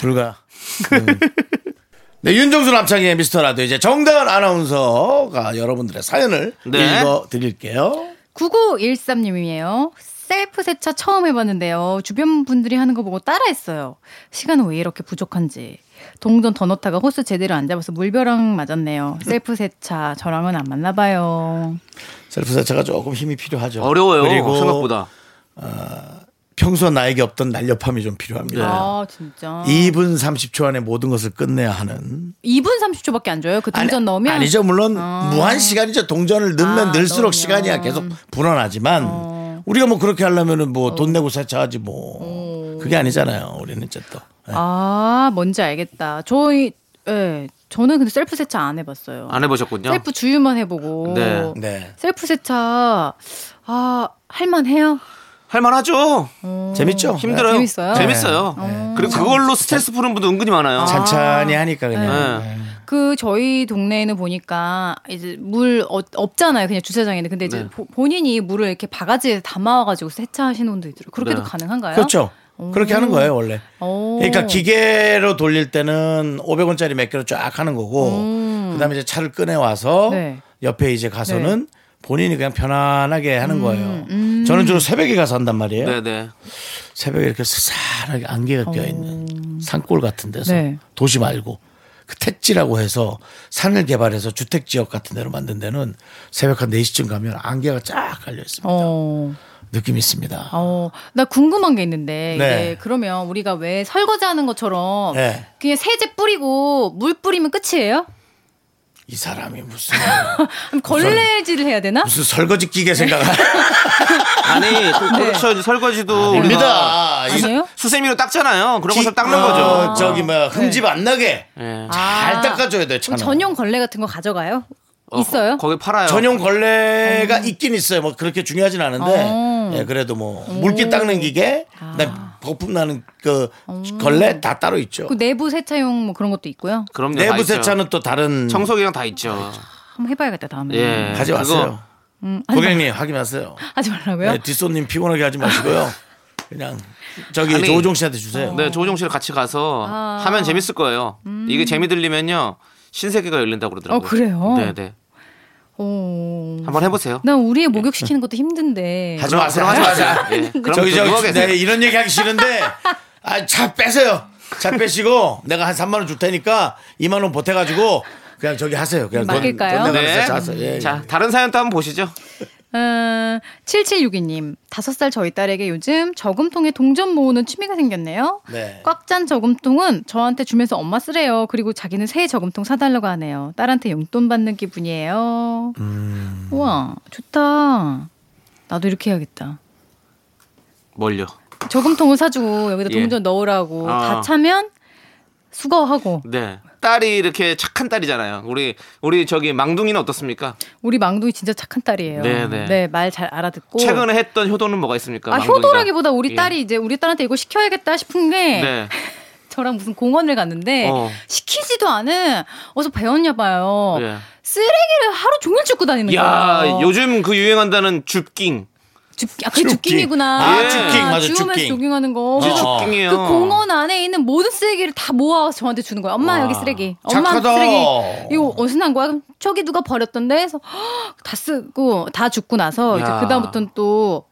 불가. 음. 네, 윤정수 남창희의 미스터 라디오 이제 정다은 아나운서가 여러분들의 사연을 네. 읽어 드릴게요. 9913님이에요. 셀프 세차 처음 해봤는데요. 주변 분들이 하는 거 보고 따라했어요. 시간은 왜 이렇게 부족한지. 동전 더 넣다가 호스 제대로 안 잡아서 물벼락 맞았네요. 셀프 세차 저랑은 안 맞나 봐요. 셀프 세차가 조금 힘이 필요하죠. 어려워요. 그리고 생각보다. 평소 나에게 없던 날렵함이 좀 필요합니다. 아 진짜. 네. 2분 30초 안에 모든 것을 끝내야 하는 2분 30초밖에 안 줘요. 그 동전 넣으면 아니죠 물론 무한 시간이죠 동전을 넣으면 아, 넣을수록 그럼요. 시간이야 계속 불어나지만 우리가 뭐 그렇게 하려면은 뭐 돈 내고 세차하지 뭐 그게 아니잖아요 우리는 이제 또 네. 아 뭔지 알겠다. 저희 예 저는 근데 셀프 세차 안 해봤어요. 안 해보셨군요. 셀프 주유만 해보고. 네. 네. 셀프 세차 아 할만해요? 할만하죠. 재밌죠 힘들어요. 네, 재밌어요? 재밌어요. 그리고 그걸로 스트레스 푸는 분도 은근히 많아요. 네. 찬찬히 하니까 그냥 네. 그 저희 동네에는 보니까 이제 물 어- 없잖아요. 그냥 주차장에는 근데 네. 이제 보- 본인이 물을 이렇게 바가지에 담아와가지고 세차하시는 분도 있더라고요. 그렇게도 네. 가능한가요? 어. 그렇죠 그렇게 하는 거예요 원래 오. 그러니까 기계로 돌릴 때는 500원짜리 몇 개로 쫙 하는 거고 그다음에 이제 차를 꺼내 와서 네. 옆에 이제 가서는 본인이 그냥 편안하게 음, 하는 거예요. 저는 주로 새벽에 가서 한단 말이에요. 네, 네. 새벽에 이렇게 스산하게 안개가 껴 있는 산골 같은 데서 어. 네. 도시 말고 그 택지라고 해서 산을 개발해서 주택 지역 같은 데로 만든 데는 새벽 한 4시쯤 가면 안개가 쫙 깔려 있습니다. 어, 느낌 있습니다. 어, 나 궁금한 게 있는데, 네. 이게 그러면 우리가 왜 설거지 하는 것처럼 네. 그냥 세제 뿌리고 물 뿌리면 끝이에요? 이 사람이 무슨 그럼 걸레질을 해야 되나? 무슨 설거지 끼게 생각을 아니 네. 그- 그렇죠 이제 아, 설거지도 우리가 합니다. 이- 아니에요? 수세미로 닦잖아요. 그런 것을 기- 닦는 어, 거죠. 저기 뭐 흠집 안 나게 예. 잘 네. 아. 닦아줘야 돼요. 그럼 차는. 전용 걸레 같은 거 가져가요? 있어요? 거기 팔아요. 전용 걸레가 있긴 있어요. 뭐 그렇게 중요하진 않은데 음. 어. 아. 예, 그래도 뭐 물기 닦는 기계, 그다음 거품 나는 그 걸레 다 따로 있죠. 음. 그 내부 세차용 뭐 그런 것도 있고요. 그럼요. 다 내부 있죠. 세차는 또 다른 네, 청소기랑 다 있죠. 한번 해봐야겠다 다음에. 예. 가져왔어요. 음, 하지, 마- 고객님 확인하세요. 하지 말라고요? 네, 뒷손님 피곤하게 하지 마시고요. 그냥 저기 아니, 조우종 씨한테 주세요. 그거- 네, 조우종 씨랑 같이 가서 아. 음. 하면 재밌을 거예요. 이게 재미 들리면요. 신세계가 열린다고 그러더라고요. 어, 그래요? 네, 네. 오. 한번 해 보세요. 난 우리의 목욕 시키는 것도 힘든데. 하지 마세요. 예. 하지 하지 마세요. 마세요. 예. 그럼 저기 또 저기 누워계세요. 네, 이런 얘기 하기 싫은데 아, 차 빼세요. 차 빼시고 내가 한 3만 원 줄 테니까 2만 원 보태 가지고 그냥 저기 하세요. 그냥 돈, 돈 맡길까요? 내가면서 네. 차 하세요. 예, 예. 자, 다른 사연 또 한번 보시죠. 어, 7762님, 5살 저희 딸에게 요즘 저금통에 동전 모으는 취미가 생겼네요. 네. 꽉 찬 저금통은 저한테 주면서 엄마 쓰래요. 그리고 자기는 새 저금통 사달라고 하네요. 딸한테 용돈 받는 기분이에요. 음. 우와, 좋다. 나도 이렇게 해야겠다. 뭘요? 저금통을 사주고 여기다 예. 동전 넣으라고 아. 다 차면 수거하고 네. 딸이 이렇게 착한 딸이잖아요. 우리 우리 저기 망둥이는 어떻습니까? 우리 망둥이 진짜 착한 딸이에요. 네, 네. 말 잘 알아듣고 최근에 했던 효도는 뭐가 있습니까? 아 그러니까 망둥이가? 효도라기보다 우리 예. 딸이 이제 우리 딸한테 이거 시켜야겠다 싶은 게 네. 저랑 무슨 공원을 갔는데 어. 시키지도 않은 어서 배웠나 봐요. 예. 쓰레기를 하루 종일 줍고 다니는 야, 거예요. 요즘 그 유행한다는 줍깅. 줍, 아, 그게 줍깅. 줍깅이구나. 아, 줍깅, 맞아, 주우면서 줍깅. 조깅하는 거. 이제 어. 줍깅이에요. 그 공원 안에 있는 모든 쓰레기를 다 모아서 저한테 주는 거야. 엄마 와. 여기 쓰레기. 엄마 착하다. 쓰레기. 이거 어디서 난 거야? 그럼 저기 누가 버렸던데? 해서 헉, 다 쓰고 다 줍고 나서 이제 야. 그다음부터는 또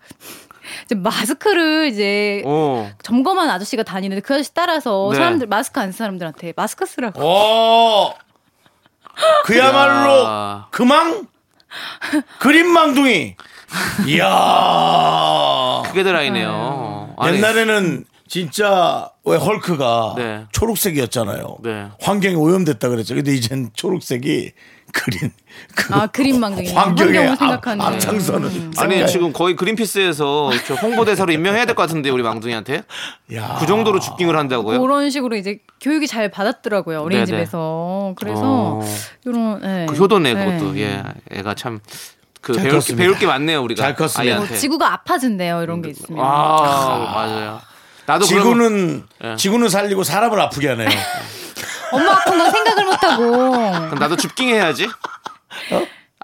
이제 마스크를 이제 어. 점검한 아저씨가 다니는데 그 아저씨 따라서 네. 어. 사람들 마스크 안 쓴 사람들한테 마스크 쓰라고. 오! 그야말로 야. 그망 그림망둥이. 이야. 크게 들어있네요. 아니, 옛날에는 진짜 왜 헐크가 네. 초록색이었잖아요. 네. 환경이 오염됐다 그랬죠. 근데 이젠 초록색이 그린 그 아, 그린 망둥이. 환경의 아, 환경을 음. 앞, 생각하는. 앞장서는 아니 색깔. 지금 거의 그린피스에서 저 홍보대사로 임명해야 될 것 같은데 우리 망둥이한테 야. 그 정도로 죽깅을 한다고요? 그런 식으로 이제 교육이 잘 받았더라고요 어린이집에서 그래서 어. 이런 예. 그 효도네 예. 그것도 예 애가 참 그 잘 배울 게, 컸습니다. 배울 게 많네요 우리가 잘 컸습니다. 뭐 아이한테. 지구가 아파진대요 이런 게 아, 있으면 맞아요 나도 그러고- 지구는 예. 지구는 살리고 사람을 아프게 하네요. 엄마 아픈 건 생각을 못하고 그럼 나도 줍깅 해야지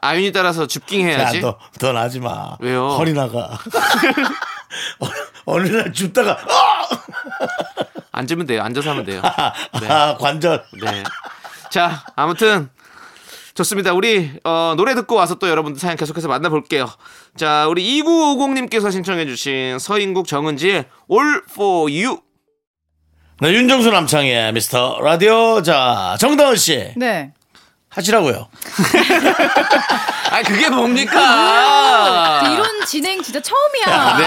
아윤이 따라서 줍깅 해야지 야너더 나지 마. 왜요? 허리 나가. 어느- 어느 날 줍다가 어! 앉으면 돼요 앉아서 하면 돼요 네. 아, 관절. 네자 아무튼 좋습니다 우리 어, 노래 듣고 와서 또 여러분들 사연 계속해서 만나볼게요 자 우리 2950님께서 신청해주신 서인국 정은지의 All For You 네, 윤정수 남창의 미스터 라디오 자 정다은 씨 네 하시라고요. 아 그게 뭡니까 저 이런 진행 진짜 처음이야 아, 네.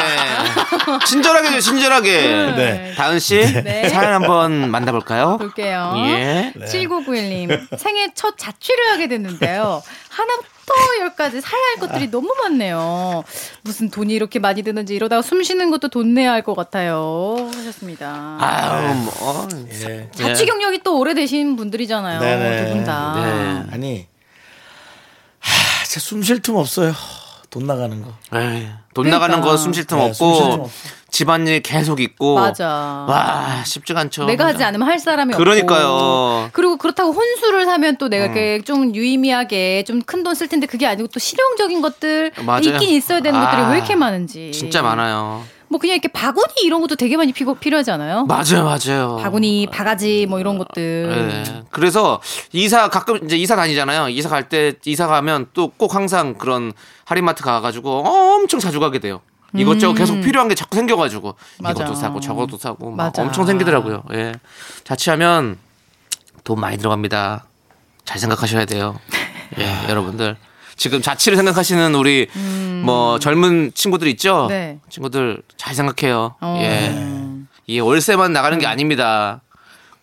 아. 친절하게 해줘요, 친절하게. 네. 다은 씨, 네. 사연 한번 만나볼까요? 볼게요 예. 네. 7991님 생애 첫 자취를 하게 됐는데요 하나부터 열까지 사야 할 것들이 너무 많네요 무슨 돈이 이렇게 많이 드는지 이러다가 숨 쉬는 것도 돈 내야 할 것 같아요 하셨습니다 아유, 뭐. 자취 경력이 또 오래되신 분들이잖아요. 네네. 두 분 다. 네. 아니 하, 진짜 숨 쉴 틈 없어요. 돈 나가는 거. 에이, 돈 나가는 그러니까. 거 숨 쉴 틈 네, 숨쉴틈 없고, 뭐 집안일 계속 뭐 있고. 맞아. 와, 쉽지가 않죠. 내가 하지 않으면 할 사람이 어, 그러니까요. 음. 없고. 그리고 그렇다고 혼수를 사면 또 내가 이렇게 좀 유의미하게 좀 큰 돈 쓸 텐데 그게 아니고 또 실용적인 것들 맞아요. 있긴 있어야 되는 것들이 아, 왜 이렇게 많은지. 진짜 많아요. 뭐 그냥 이렇게 바구니 이런 것도 되게 많이 피고, 필요하잖아요. 맞아요, 맞아요. 바구니, 바가지 뭐 이런 것들. 어, 네. 그래서 이사 가끔 이제 이사 다니잖아요. 이사 갈 때 이사 가면 또 꼭 항상 그런 할인마트 가가지고 엄청 자주 가게 돼요. 이것저것 계속 필요한 게 자꾸 생겨가지고 음. 맞아. 이것도 사고 저것도 사고 막 맞아. 엄청 생기더라고요. 예. 자취하면 돈 많이 들어갑니다. 잘 생각하셔야 돼요. 예, 여러분들. 지금 자취를 생각하시는 우리 뭐 젊은 친구들 있죠? 음. 네. 친구들 잘 생각해요. 어. 예. 이 월세만 나가는 게 아닙니다.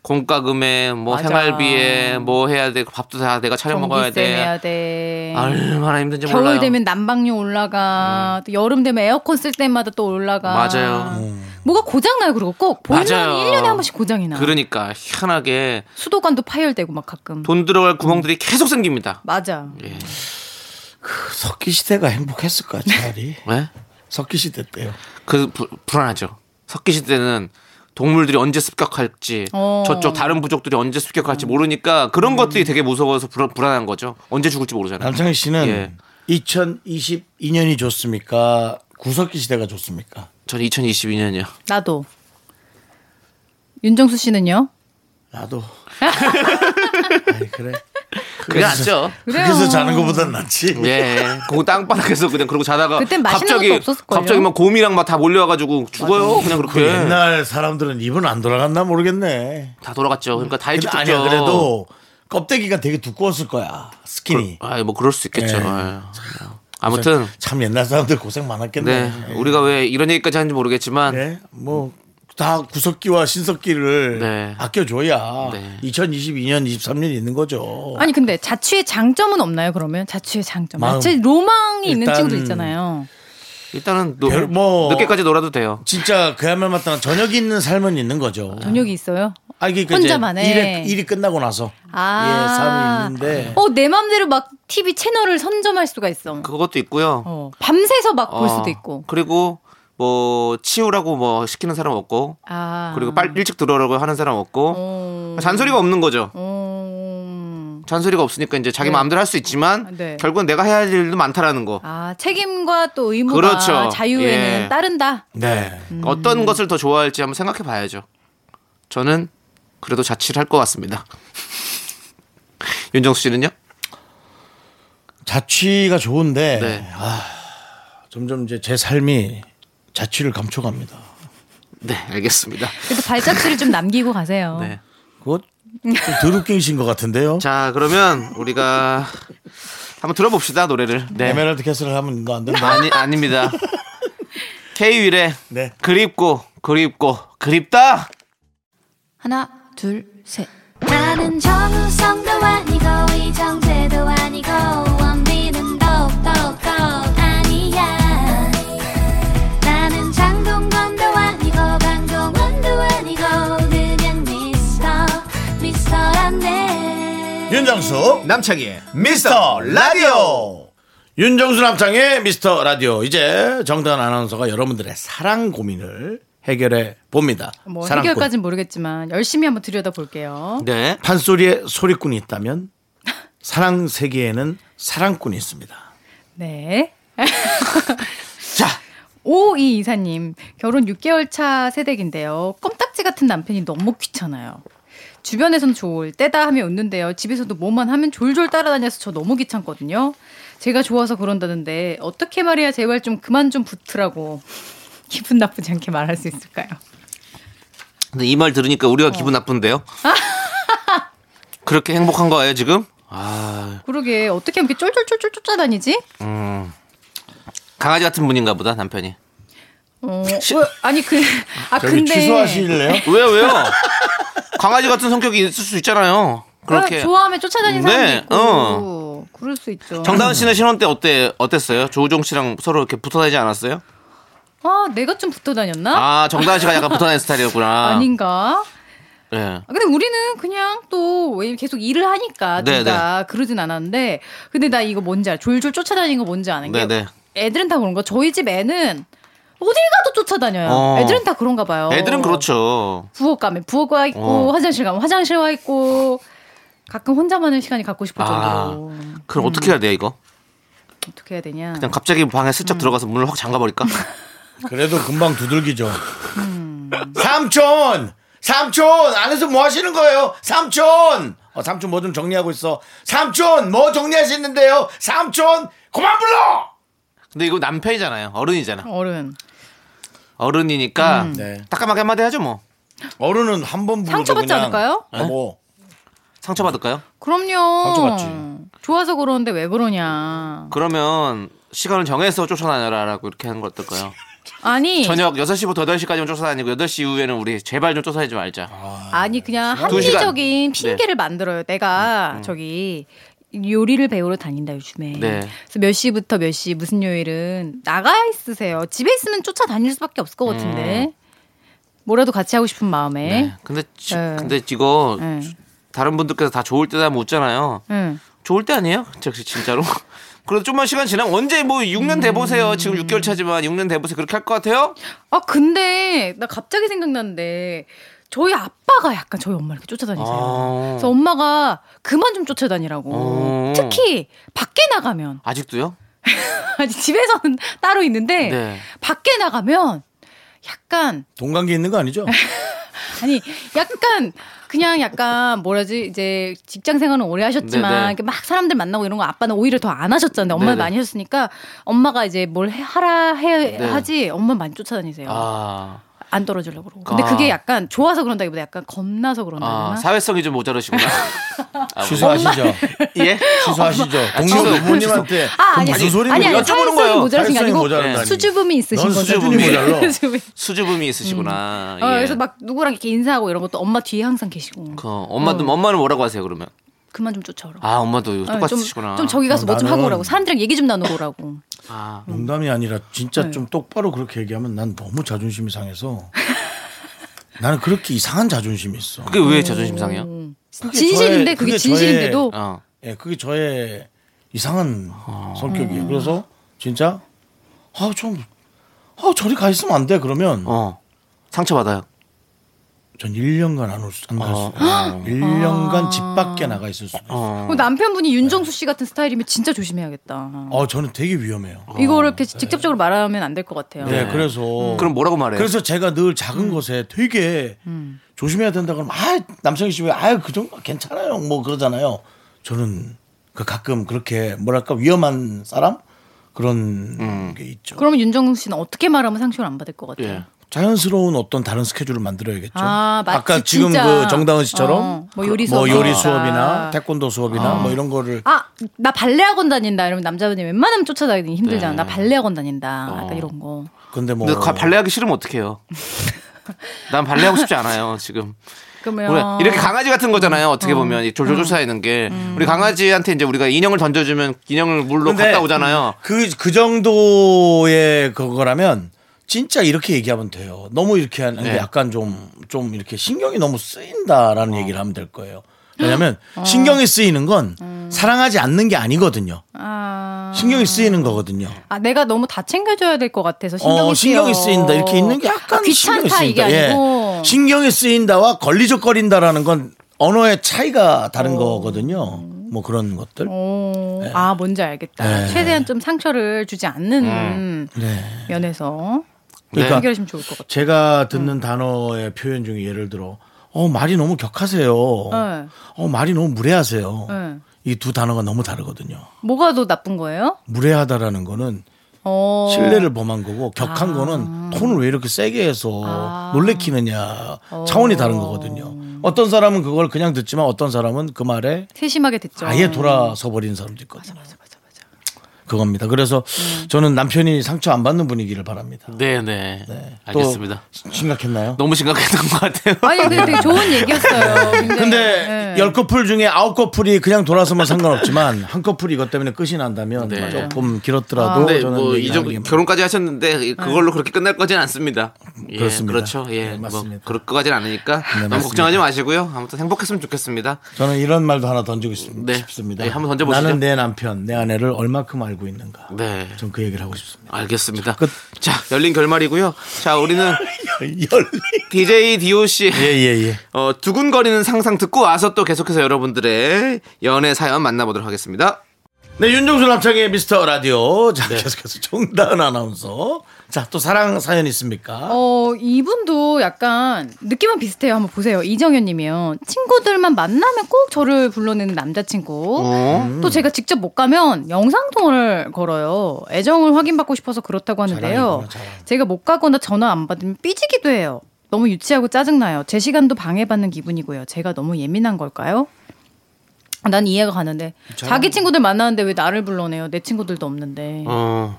공과금에 뭐 음. 맞아. 생활비에 뭐 해야 돼 밥도 다 내가 차려 먹어야 전기세 돼. 내야 돼. 얼마나 힘든지 겨울 몰라요. 음. 되면 난방료 올라가. 또 여름 되면 에어컨 쓸 때마다 또 올라가. 맞아요. 뭐가 고장나요, 그리고 꼭. 보일러는 맞아요. 1년에 한 번씩 고장이 나. 그러니까 희한하게 수도관도 파열되고 막 가끔. 돈 들어갈 구멍들이 음. 계속 생깁니다. 맞아. 예. 그 석기 시대가 행복했을까 차라리 왜? 석기 시대 때요. 그 부- 불안하죠. 석기 시대는 동물들이 언제 습격할지 어. 음. 저쪽 다른 부족들이 언제 습격할지 모르니까 그런 것들이 되게 무서워서 불안, 불안한 거죠. 언제 죽을지 모르잖아요. 남창희 씨는 예. 2022년이 좋습니까? 구석기 시대가 좋습니까? 저는 2022년이요. 나도. 윤정수 씨는요? 나도 그게 낫죠. 그래서 자는 것보단 낫지. 예. 그거 땅바닥에서 그냥 그러고 자다가 그땐 맛있는 갑자기 것도 없었을걸요? 갑자기 막 곰이랑 막 다 몰려와가지고 죽어요. 그냥 그 그렇게 옛날 사람들은 입은 안 돌아갔나 모르겠네. 다 돌아갔죠. 그러니까 다 근데 일찍 아니야 죽죠. 그래도 껍데기가 되게 두꺼웠을 거야 스키니. 아, 뭐 그럴 수 있겠죠. 예. 예. 어. 아무튼 참 옛날 사람들 고생 네 많았겠네. 예. 우리가 왜 이런 얘기까지 하는지 모르겠지만 네, 뭐 다 구석기와 신석기를 네. 아껴줘야 네. 2022년, 23년 있는 거죠. 어. 아니 근데 자취의 장점은 없나요 그러면 자취의 장점 마음. 자취 로망이 있는 일단- 친구들 있잖아요 일단은 노- 별- 뭐- 늦게까지 놀아도 돼요. 진짜 그야말로 마땅한 저녁이 있는 삶은 있는 거죠. 저녁이 있어요 아, 이게 혼자만의. 일에, 일이 끝나고 나서 예, 삶이 있는데 아. 어내 맘대로 막 TV 채널을 선점할 수가 있어 그것도 있고요. 어, 밤새서 막 볼 어, 수도 있고 그리고 뭐 치우라고 뭐 시키는 사람 없고 아 어, 그리고 빨 일찍 들어오라고 하는 사람 없고 잔소리가 없는 거죠. 음, 잔소리가 없으니까 이제 자기 네. 마음대로 할 수 있지만 네. 결국은 내가 해야 할 일도 많다라는 거. 아 책임과 또 의무가 그렇죠. 자유에는 예. 따른다 네. 음. 어떤 것을 더 좋아할지 한번 생각해 봐야죠. 저는 그래도 자취를 할 것 같습니다. 윤정수 씨는요? 자취가 좋은데 네. 점점 이제 제 삶이 자취를 감춰갑니다. 네, 알겠습니다. 그래도 발자취를 좀 남기고 가세요 네. 그거 음. 좀 드루킹이신 것 같은데요. 자, 그러면 우리가 한번 들어봅시다, 노래를. 네. 에메랄드 캐슬을 하면 이거 안 된다. 아니, 아닙니다. K-윌의 네. 그립고, 그립고, 그립다! 하나 둘셋 나는 정우성도 아니고 이정재도 아니고 원빈은 더욱더 아니야 나는 장동건도 아니고 강동원도 아니고 그냥 미스터 미스터란데 윤정수 남창희의 미스터 라디오 윤정수 남창희의 미스터 라디오 이제 정다은 아나운서가 여러분들의 사랑 고민을 해결해 봅니다 뭐 사랑꾼. 해결까지는 모르겠지만 열심히 한번 들여다볼게요 네. 판소리에 소리꾼이 있다면 사랑 세계에는 사랑꾼이 있습니다 네. 자. 52 이사님, 결혼 6개월 차 새댁인데요. 껌딱지 같은 남편이 너무 귀찮아요. 주변에선 좋을 때다 하며 웃는데요. 집에서도 뭐만 하면 졸졸 따라다녀서 저 너무 귀찮거든요. 제가 좋아서 그런다는데 어떻게 말해야 제발 좀 그만 좀 붙으라고 기분 나쁘지 않게 말할 수 있을까요? 근데 이 말 들으니까 우리가 기분 어. 나쁜데요? 그렇게 행복한 거예요, 지금? 아, 그러게 어떻게 이렇게 쫄쫄쫄쫄 쫓아다니지? 강아지 같은 분인가 보다, 남편이. 어, 왜- 아니 그아 여기 근데 취소하실래요? 왜요, 왜요? 강아지 같은 성격이 있을 수 있잖아요. 그렇게. 좋아하면 쫓아다니는 네, 사람도 있고 어. 그럴 수 있죠. 정다은 씨는 신혼 때 어때 어땠어요? 조우종 씨랑 서로 이렇게 붙어 다니지 않았어요? 아, 내가 좀 붙어 다녔나? 아 정다은 씨가 약간 붙어 다니는 스타일이었구나. 닌가 아, 예. 근데 우리는 그냥 또 왜 계속 일을 하니까 네, 둘다 그러진 않았는데 근데 나 이거 뭔지 알아. 졸졸 쫓아다니는 거 뭔지 아는 네, 게 네. 애들은 다 그런 거. 저희 집 애는 어딜 가도 쫓아다녀요. 어. 애들은 다 그런가 봐요. 애들은 그렇죠. 부엌 가면 부엌 가 있고 어. 화장실 가면 화장실 와 있고 가끔 혼자만의 시간이 갖고 싶을 아 정도로 그럼 어떻게 해야 돼 이거? 어떻게 해야 되냐? 그냥 갑자기 방에 슬쩍 음. 들어가서 문을 확 잠가 버릴까? 그래도 금방 두들기죠 음. 삼촌 삼촌 안에서 뭐 하시는 거예요 삼촌 어, 삼촌 뭐 좀 정리하고 있어 삼촌 뭐 정리하시는데요 삼촌 그만 불러 근데 이거 남편이잖아요. 어른이잖아. 어른 어른이니까 네. 따끔하게 한마디 하죠 뭐. 어른은 한 번 부르죠 상처받지 그냥. 않을까요? 아, 뭐 상처 받을까요? 그럼요. 상처받지. 좋아서 그러는데 왜 그러냐. 그러면 시간을 정해서 쫓아다녀라라고 이렇게 하는 거 어떨까요? 아니 저녁 6시부터 8시까지는 쫓아 다니고 8시 이후에는 우리 제발 좀 쫓아내지 말자. 아니 그냥 두 시간. 네. 음, 합리적인 핑계를 만들어요. 내가 저기 요리를 배우러 다닌다 요즘에. 네. 그래서 몇 시부터 몇 시 무슨 요일은 나가 있으세요. 집에 있으면 쫓아다닐 수밖에 없을 것 음. 같은데. 뭐라도 같이 하고 싶은 마음에. 네. 근데 지, 네. 근데 이거 네. 다른 분들께서 다 좋을 때다 면 웃잖아요. 응. 좋을 때 아니에요? 저 진짜로. 그래도 좀만 시간 지나면 언제 뭐 6년 돼 보세요. 지금 6개월 차지만 6년 돼 보세요. 그렇게 할 것 같아요? 음. 아 근데 나 갑자기 생각났는데 저희 아빠가 약간 저희 엄마 이렇게 쫓아다니세요. 아. 그래서 엄마가 그만 좀 쫓아다니라고. 어. 특히 밖에 나가면 아직도요? 아니 집에서는 따로 있는데 네. 밖에 나가면 약간 동관계 있는 거 아니죠? 아니 약간 그냥 약간 뭐라지 이제 직장 생활은 오래 네네. 하셨지만 이렇게 막 사람들 만나고 이런 거 아빠는 오히려 더 안 하셨잖아요. 엄마 네네. 많이 하셨으니까 엄마가 이제 뭘 해- 하라 해 네. 하지 엄마 많이 쫓아다니세요. 아. 안 떨어지려고 그러고. 근데 아. 그게 약간 좋아서 그런다기보다 약간 겁나서 아, 그런다나. 사회성이 좀 모자르시구나. 아, 취소하시죠. 예? 취소하시죠. 취소. 동료 부모님한테 어, 아, 아니, 무슨 아니, 소리입니까? 아니, 아니, 여쭤보는 사회성이 거예요. 모자라신 사회성이 게 아니고 모자라다니. 수줍음이 있으신 넌 거죠. 수줍음이 모자라. 수줍음이. 수줍음이 있으시구나. 어, 예. 그래서 막 누구랑 이렇게 인사하고 이런 것도 엄마 뒤에 항상 계시고 그 엄마도 엄마는 뭐라고 하세요 그러면? 그만 좀 쫓아오라고. 아 엄마도 어, 좀, 똑같으시구나. 좀 저기 가서 어, 뭐 좀 나는- 하고 오라고. 사람들이랑 얘기 좀 나누고 오라고. 아, 농담이 아니라 진짜 네. 좀 똑바로 그렇게 얘기하면 난 너무 자존심이 상해서 나는 그렇게 이상한 자존심이 있어. 그게 왜 자존심 상해요? 진실인데 저의- 그게 그게 저의- 진실인데도 어. 예, 그게 저의 이상한 성격이에요. 그래서 진짜 아, 좀 아, 저리 가 있으면 안 돼. 그러면 어. 상처 받아요. 어. 전 1년간 안 올 수, 안갈 수. 1년간 집 밖에 나가 있을 수도 있어요. 그럼 뭐 남편분이 윤정수 씨 같은 스타일이면 진짜 조심해야겠다. 어, 저는 되게 위험해요. 이거를 이렇게 직접적으로 말하면 안 될 것 같아요. 네, 음. 그래서 그럼 뭐라고 말해요? 그래서 제가 늘 작은 것에 되게 음. 조심해야 된다 그러면 아 남성희 씨왜 아유 그 정도 괜찮아요 뭐 그러잖아요. 저는 그 가끔 그렇게 뭐랄까 위험한 사람 그런 음. 게 있죠. 그러면 윤정수 씨는 어떻게 말하면 상처를 안 받을 것 같아요? 예. 자연스러운 어떤 다른 스케줄을 만들어야겠죠. 아, 마치 까 지금 진짜. 그 정다은 씨처럼 어, 뭐 요리 그- 뭐 수업이나. 요리 수업이나 태권도 수업이나 뭐 이런 거를 아, 나 발레학원 다닌다. 이러면 남자분이 웬만하면 쫓아다니기 네. 힘들잖아. 나 발레학원 다닌다. 어. 약간 이런 거. 근데 뭐 근데 가- 발레하기 싫으면 어떡해요? 난 발레하고 싶지 않아요 지금. 그러면 우리 이렇게 강아지 같은 거잖아요. 어떻게 보면 이 음. 졸졸 쫓아있는 게 우리 강아지한테 이제 우리가 인형을 던져주면 인형을 물로 근데 갔다 오잖아요. 그, 그 정도의 그거라면 진짜 이렇게 얘기하면 돼요. 너무 이렇게 하는 게 네. 약간 좀, 좀 이렇게 신경이 너무 쓰인다라는 어. 얘기를 하면 될 거예요. 왜냐면 어. 신경이 쓰이는 건 음. 사랑하지 않는 게 아니거든요. 아, 신경이 쓰이는 거거든요. 아, 내가 너무 다 챙겨줘야 될 것 같아서 신경이, 아, 어, 신경이 쓰인다. 이렇게 있는 게 약간 신경이 귀찮다 쓰인다. 이게 예. 아니고 신경이 쓰인다와 걸리적거린다라는 건 언어의 차이가 다른 거거든요. 뭐 그런 어. 것들. 오, 아 뭔지 알겠다. 예. 최대한 좀 상처를 주지 않는 네. 면에서 그러니까 네. 해결하시면 좋을 것 같아요. 제가 듣는 단어의 표현 중에 예를 들어 어 말이 너무 격하세요. 네. 어 말이 너무 무례하세요. 네. 이 두 단어가 너무 다르거든요. 뭐가 더 나쁜 거예요? 무례하다라는 거는 어, 신뢰를 범한 거고 격한 거는 톤을 왜 이렇게 세게 해서 놀래키느냐 차원이 다른 거거든요. 어떤 사람은 그걸 그냥 듣지만 어떤 사람은 그 말에 세심하게 듣죠. 아예 돌아서 버린 사람도 있거든요. 맞아, 맞아, 맞아. 음. 그겁니다. 그래서 저는 남편이 상처 안 받는 분위기를 바랍니다. 네네. 또 알겠습니다. 심각했나요? 너무 심각했던 것 같아요. 아니 근데 되게 좋은 얘기였어요. 굉장히. 네. 근데 예. 열 커플 중에 아홉 커플이 그냥 돌아서면 상관없지만 한 커플이 이것 때문에 끝이 난다면 네. 조금 길었더라도 근데 저는 뭐 얘기하는 이정 게 음, 결혼까지 네. 하셨는데 그걸로 그렇게 끝날 거진 않습니다. 예, 그렇습니다. 그렇죠. 예, 네, 뭐 맞습니다. 네, 그럴 거진 않으니까 맞습니다. 너무 걱정하지 마시고요. 아무튼 행복했으면 좋겠습니다. 저는 이런 말도 하나 던지고 싶, 네. 습니다 네, 한번 던져보시죠. 나는 내 남편, 내 아내를 얼마큼 알고 있는가. 네. 전 그 얘기를 하고 싶습니다. 알겠습니다. 끝. 자, 열린 결말이고요. 자, 우리는 열리. DJ DOC 예, 예, 예. 어, 두근거리는 상상 듣고 와서 또 계속해서 여러분들의 연애 사연 만나보도록 하겠습니다. 네, 윤종수 남창의 미스터 라디오. 자, 네. 계속해서 정다은 아나운서. 자, 또 사랑 사연 있습니까? 어, 이분도 약간 느낌은 비슷해요. 한번 보세요. 이정현 님이요. 친구들만 만나면 꼭 저를 불러내는 남자친구. 어? 또 제가 직접 못 가면 영상통화를 걸어요. 애정을 확인받고 싶어서 그렇다고 하는데요. 자랑이구나, 자랑. 제가 못 가거나 전화 안 받으면 삐지기도 해요. 너무 유치하고 짜증나요. 제 시간도 방해받는 기분이고요. 제가 너무 예민한 걸까요? 난 이해가 어. 가는데 자기 친구들 만나는데 왜 나를 불러내요? 내 친구들도 없는데. 어.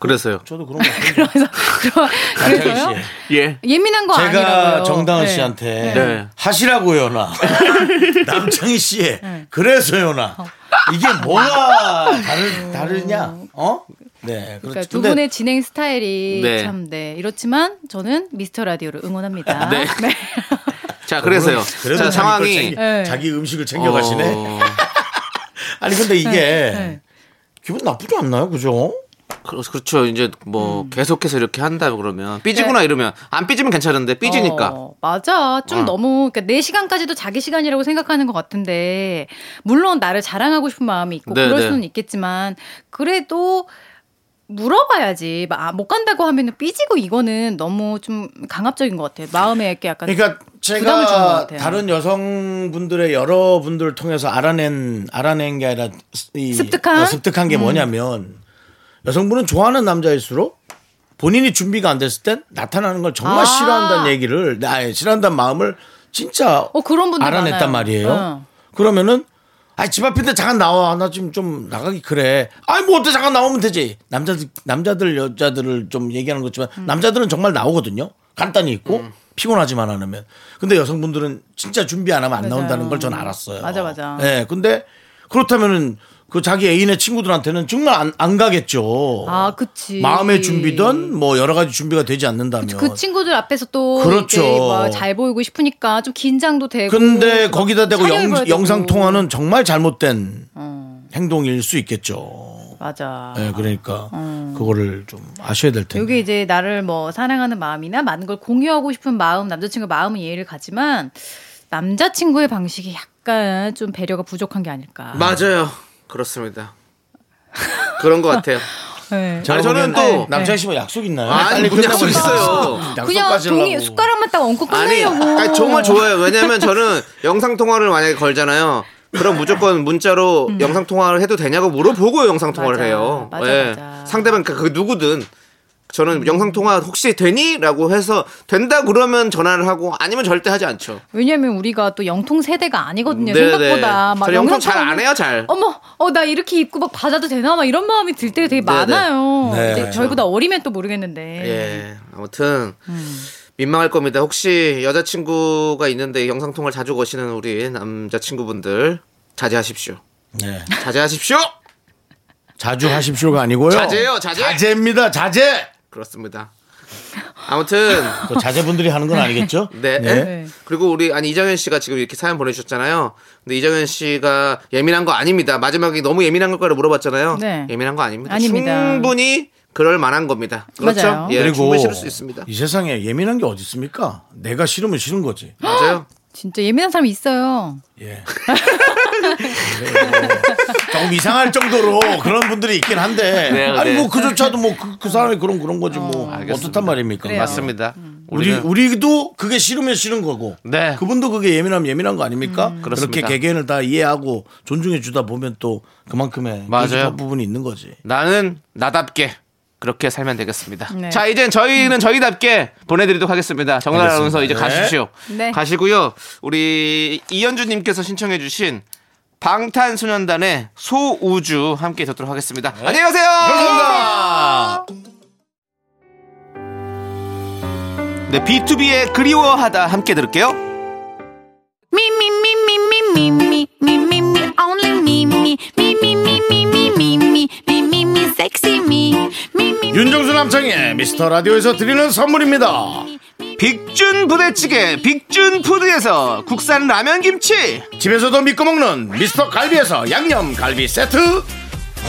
그랬어요. 저도 그런 거 같아요. 그래서 그러, 남창희 그래서요. 씨. 예. 예민한 거 제가 아니라고요. 정다은 네. 씨한테 네. 하시라고요 나 남창희 씨의 네. 그래서요 어. 나 이게 뭐가 다르, 다르냐 어? 네 그렇죠. 그러니까 두 근데 분의 진행 스타일이 네. 참 네. 이렇지만 저는 미스터 라디오를 응원합니다. 네. 자, 그래서요. 그래도 자, 자기 걸 상황이 챙기- 네. 자기 음식을 챙겨 가시네 어, 아니 근데 이게 네. 기분 나쁘지 않나요 그죠? 그- 그렇죠. 이제 음. 뭐 계속해서 이렇게 한다 그러면 삐지구나 이러면 안 삐지면 괜찮은데 삐지니까 어, 맞아. 좀 어. 너무 그러니까 내 시간까지도 자기 시간이라고 생각하는 것 같은데 물론 나를 자랑하고 싶은 마음이 있고 네, 그럴 네. 수는 있겠지만 그래도 물어봐야지. 막, 아, 못 간다고 하면 삐지고 이거는 너무 좀 강압적인 것 같아요. 마음에 이렇게 약간 그러니까 부담을 주는 것 제가 같아요. 다른 여성분들의 여러분들을 통해서 알아낸 알아낸 게 아니라 이, 습득한? 음. 어, 습득한 게 뭐냐면 여성분은 좋아하는 남자일수록 본인이 준비가 안 됐을 땐 나타나는 걸 정말 아. 싫어한다는 얘기를 나 예, 싫어한다는 마음을 진짜 어, 그런 분들 알아냈단 많아요. 어. 말이에요. 응. 그러면은 아집 앞인데 잠깐 나와 나 지금 좀 나가기 그래. 아이 뭐 어때 잠깐 나오면 되지. 남자들 남자들 여자들을 좀 얘기하는 거지만 음. 남자들은 정말 나오거든요. 간단히 있고 피곤하지만 않으면. 근데 여성분들은 진짜 준비 안 하면 안 맞아요. 나온다는 걸 전 알았어요. 맞아, 맞아. 예. 근데 그렇다면은 그 자기 애인의 친구들한테는 정말 안, 안 가겠죠. 아, 그치. 마음의 준비든 뭐 여러 가지 준비가 되지 어. 않는다면. 그 친구들 앞에서 또 그렇죠. 이제 막잘 보이고 싶으니까 좀 긴장도 되고. 근데 거기다 대고 차려 입어야 영, 되고. 영상 통화는 정말 잘못된 어, 행동일 수 있겠죠. 맞아. 네, 예, 그러니까 그거를 좀 아셔야 될 텐데. 요게 이제 나를 뭐 사랑하는 마음이나 많은 걸 공유하고 싶은 마음, 남자친구 마음은 이해를 가지만 남자친구의 방식이 약간 좀 배려가 부족한 게 아닐까. 맞아요. 그렇습니다. 그런 것 같아요. 네. 아니, 저는 또 남창희 씨뭐 약속 있나요? 빨리 아니, 무슨 끝나고 약속 있어요. 약속 그냥 빠지려고. 종이 숟가락만 딱 얹고 뭐. 아니, 끝내려고. 아니, 정말 좋아요. 왜냐면 저는 영상 통화를 만약에 걸잖아요. 그럼 무조건 문자로 영상 통화를 해도 되냐고 물어보고 영상 통화를 맞아, 해요. 맞아, 예. 맞아. 상대방 그그 누구든 저는 영상 통화 혹시 되니?라고 해서 된다 그러면 전화를 하고 아니면 절대 하지 않죠. 왜냐면 우리가 또 영통 세대가 아니거든요. 네, 생각보다 네. 막 저 영통 잘 통화는 안 해요, 잘. 어머, 어 나 이렇게 입고 막 받아도 되나 막 이런 마음이 들 때가 되게 네, 네. 많아요. 네. 이제 저희보다 어리면 또 모르겠는데. 예. 아무튼 음. 민망할 겁니다. 혹시 여자친구가 있는데 영상 통화를 자주 거시는 우리 남자친구분들 자제하십시오. 네. 자제하십시오. 자주 하십시오가 아니고요. 자제요, 자제. 입니다 자제. 그렇습니다. 아무튼 그 자제분들이 하는 건 아니겠죠? 네. 네. 그리고 우리 아니 이정현 씨가 지금 이렇게 사연 보내주셨잖아요. 근데 이정현 씨가 예민한 거 아닙니다. 마지막에 너무 예민한 걸까를 물어봤잖아요. 네. 예민한 거 아닙니다. 아닙니다. 충분히 그럴 만한 겁니다. 그렇죠? 맞아요. 예, 그리고 충분히 싫을 수 있습니다. 이 세상에 예민한 게 어디 있습니까? 내가 싫으면 싫은 거지. 맞아요. 진짜 예민한 사람이 있어요. 예. 네. 조금 이상할 정도로 그런 분들이 있긴 한데 네, 아니 네. 뭐 그조차도 뭐 그 사람이 그런 그런 거지 뭐 알겠습니다. 어떻단 말입니까? 그래요. 맞습니다. 음. 우리 우리는- 우리도 그게 싫으면 싫은 거고 네. 음, 그분도 그게 예민하면 예민한 거 아닙니까? 그렇게 그렇습니다. 개개인을 다 이해하고 존중해 주다 보면 또 그만큼의 맞아요. 미흡한 부분이 있는 거지. 나는 나답게 그렇게 살면 되겠습니다. 네. 자, 이젠 저희는 저희답게 보내드리도록 하겠습니다. 정답 아나운서 이제 가십시오. 네. 가시고요. 우리 이현주님께서 신청해주신 방탄소년단의 소우주 함께 듣도록 하겠습니다. 안녕히 가세요. 네, B2B의 그리워하다 함께 들을게요. Me, me, me, me, me, me, me, me, me, me, only me, me, me, me, me, me, me, me, me, me, me, me, sexy me, me, me, 윤정수 남창의 미스터 라디오에서 드리는 선물입니다. 빅준 부대찌개 빅준 푸드에서 국산 라면 김치 집에서도 믿고 먹는 미스터 갈비에서 양념 갈비 세트.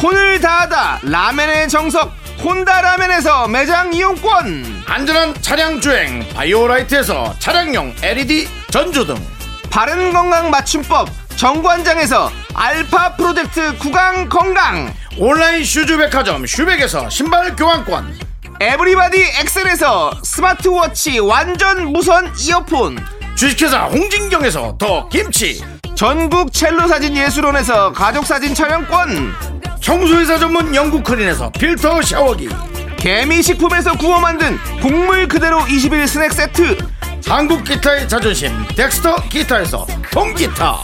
혼을 다하다 라면의 정석 혼다 라면에서 매장 이용권 안전한 차량 주행 바이오라이트에서 차량용 LED 전조등 바른 건강 맞춤법 정관장에서 알파 프로젝트 구강 건강 온라인 슈즈 백화점 슈백에서 신발 교환권 에브리바디 엑셀에서 스마트워치 완전 무선 이어폰 주식회사 홍진경에서 더 김치 전국 첼로 사진 예술원에서 가족 사진 촬영권 음. 청소회사 전문 영국 크린에서 필터 샤워기 개미 식품에서 구워 만든 곡물 그대로 21 스낵 세트 한국 기타의 자존심 덱스터 기타에서 통기타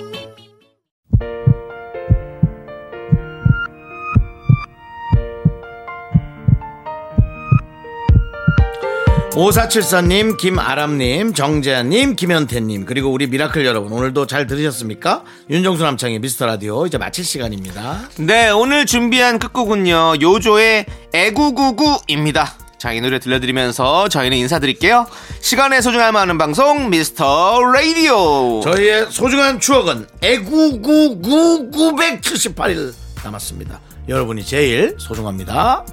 me. 오사칠사님 김아람님, 정재아님, 김현태님, 그리고 우리 미라클 여러분, 오늘도 잘 들으셨습니까? 윤정수 남창의 미스터 라디오 이제 마칠 시간입니다. 네, 오늘 준비한 끝곡은요, 요조의 애구구구입니다. 자, 이 노래 들려드리면서 저희는 인사드릴게요. 시간의 소중함 아는 방송, 미스터 라디오. 저희의 소중한 추억은 애구구구 978일 남았습니다. 여러분이 제일 소중합니다.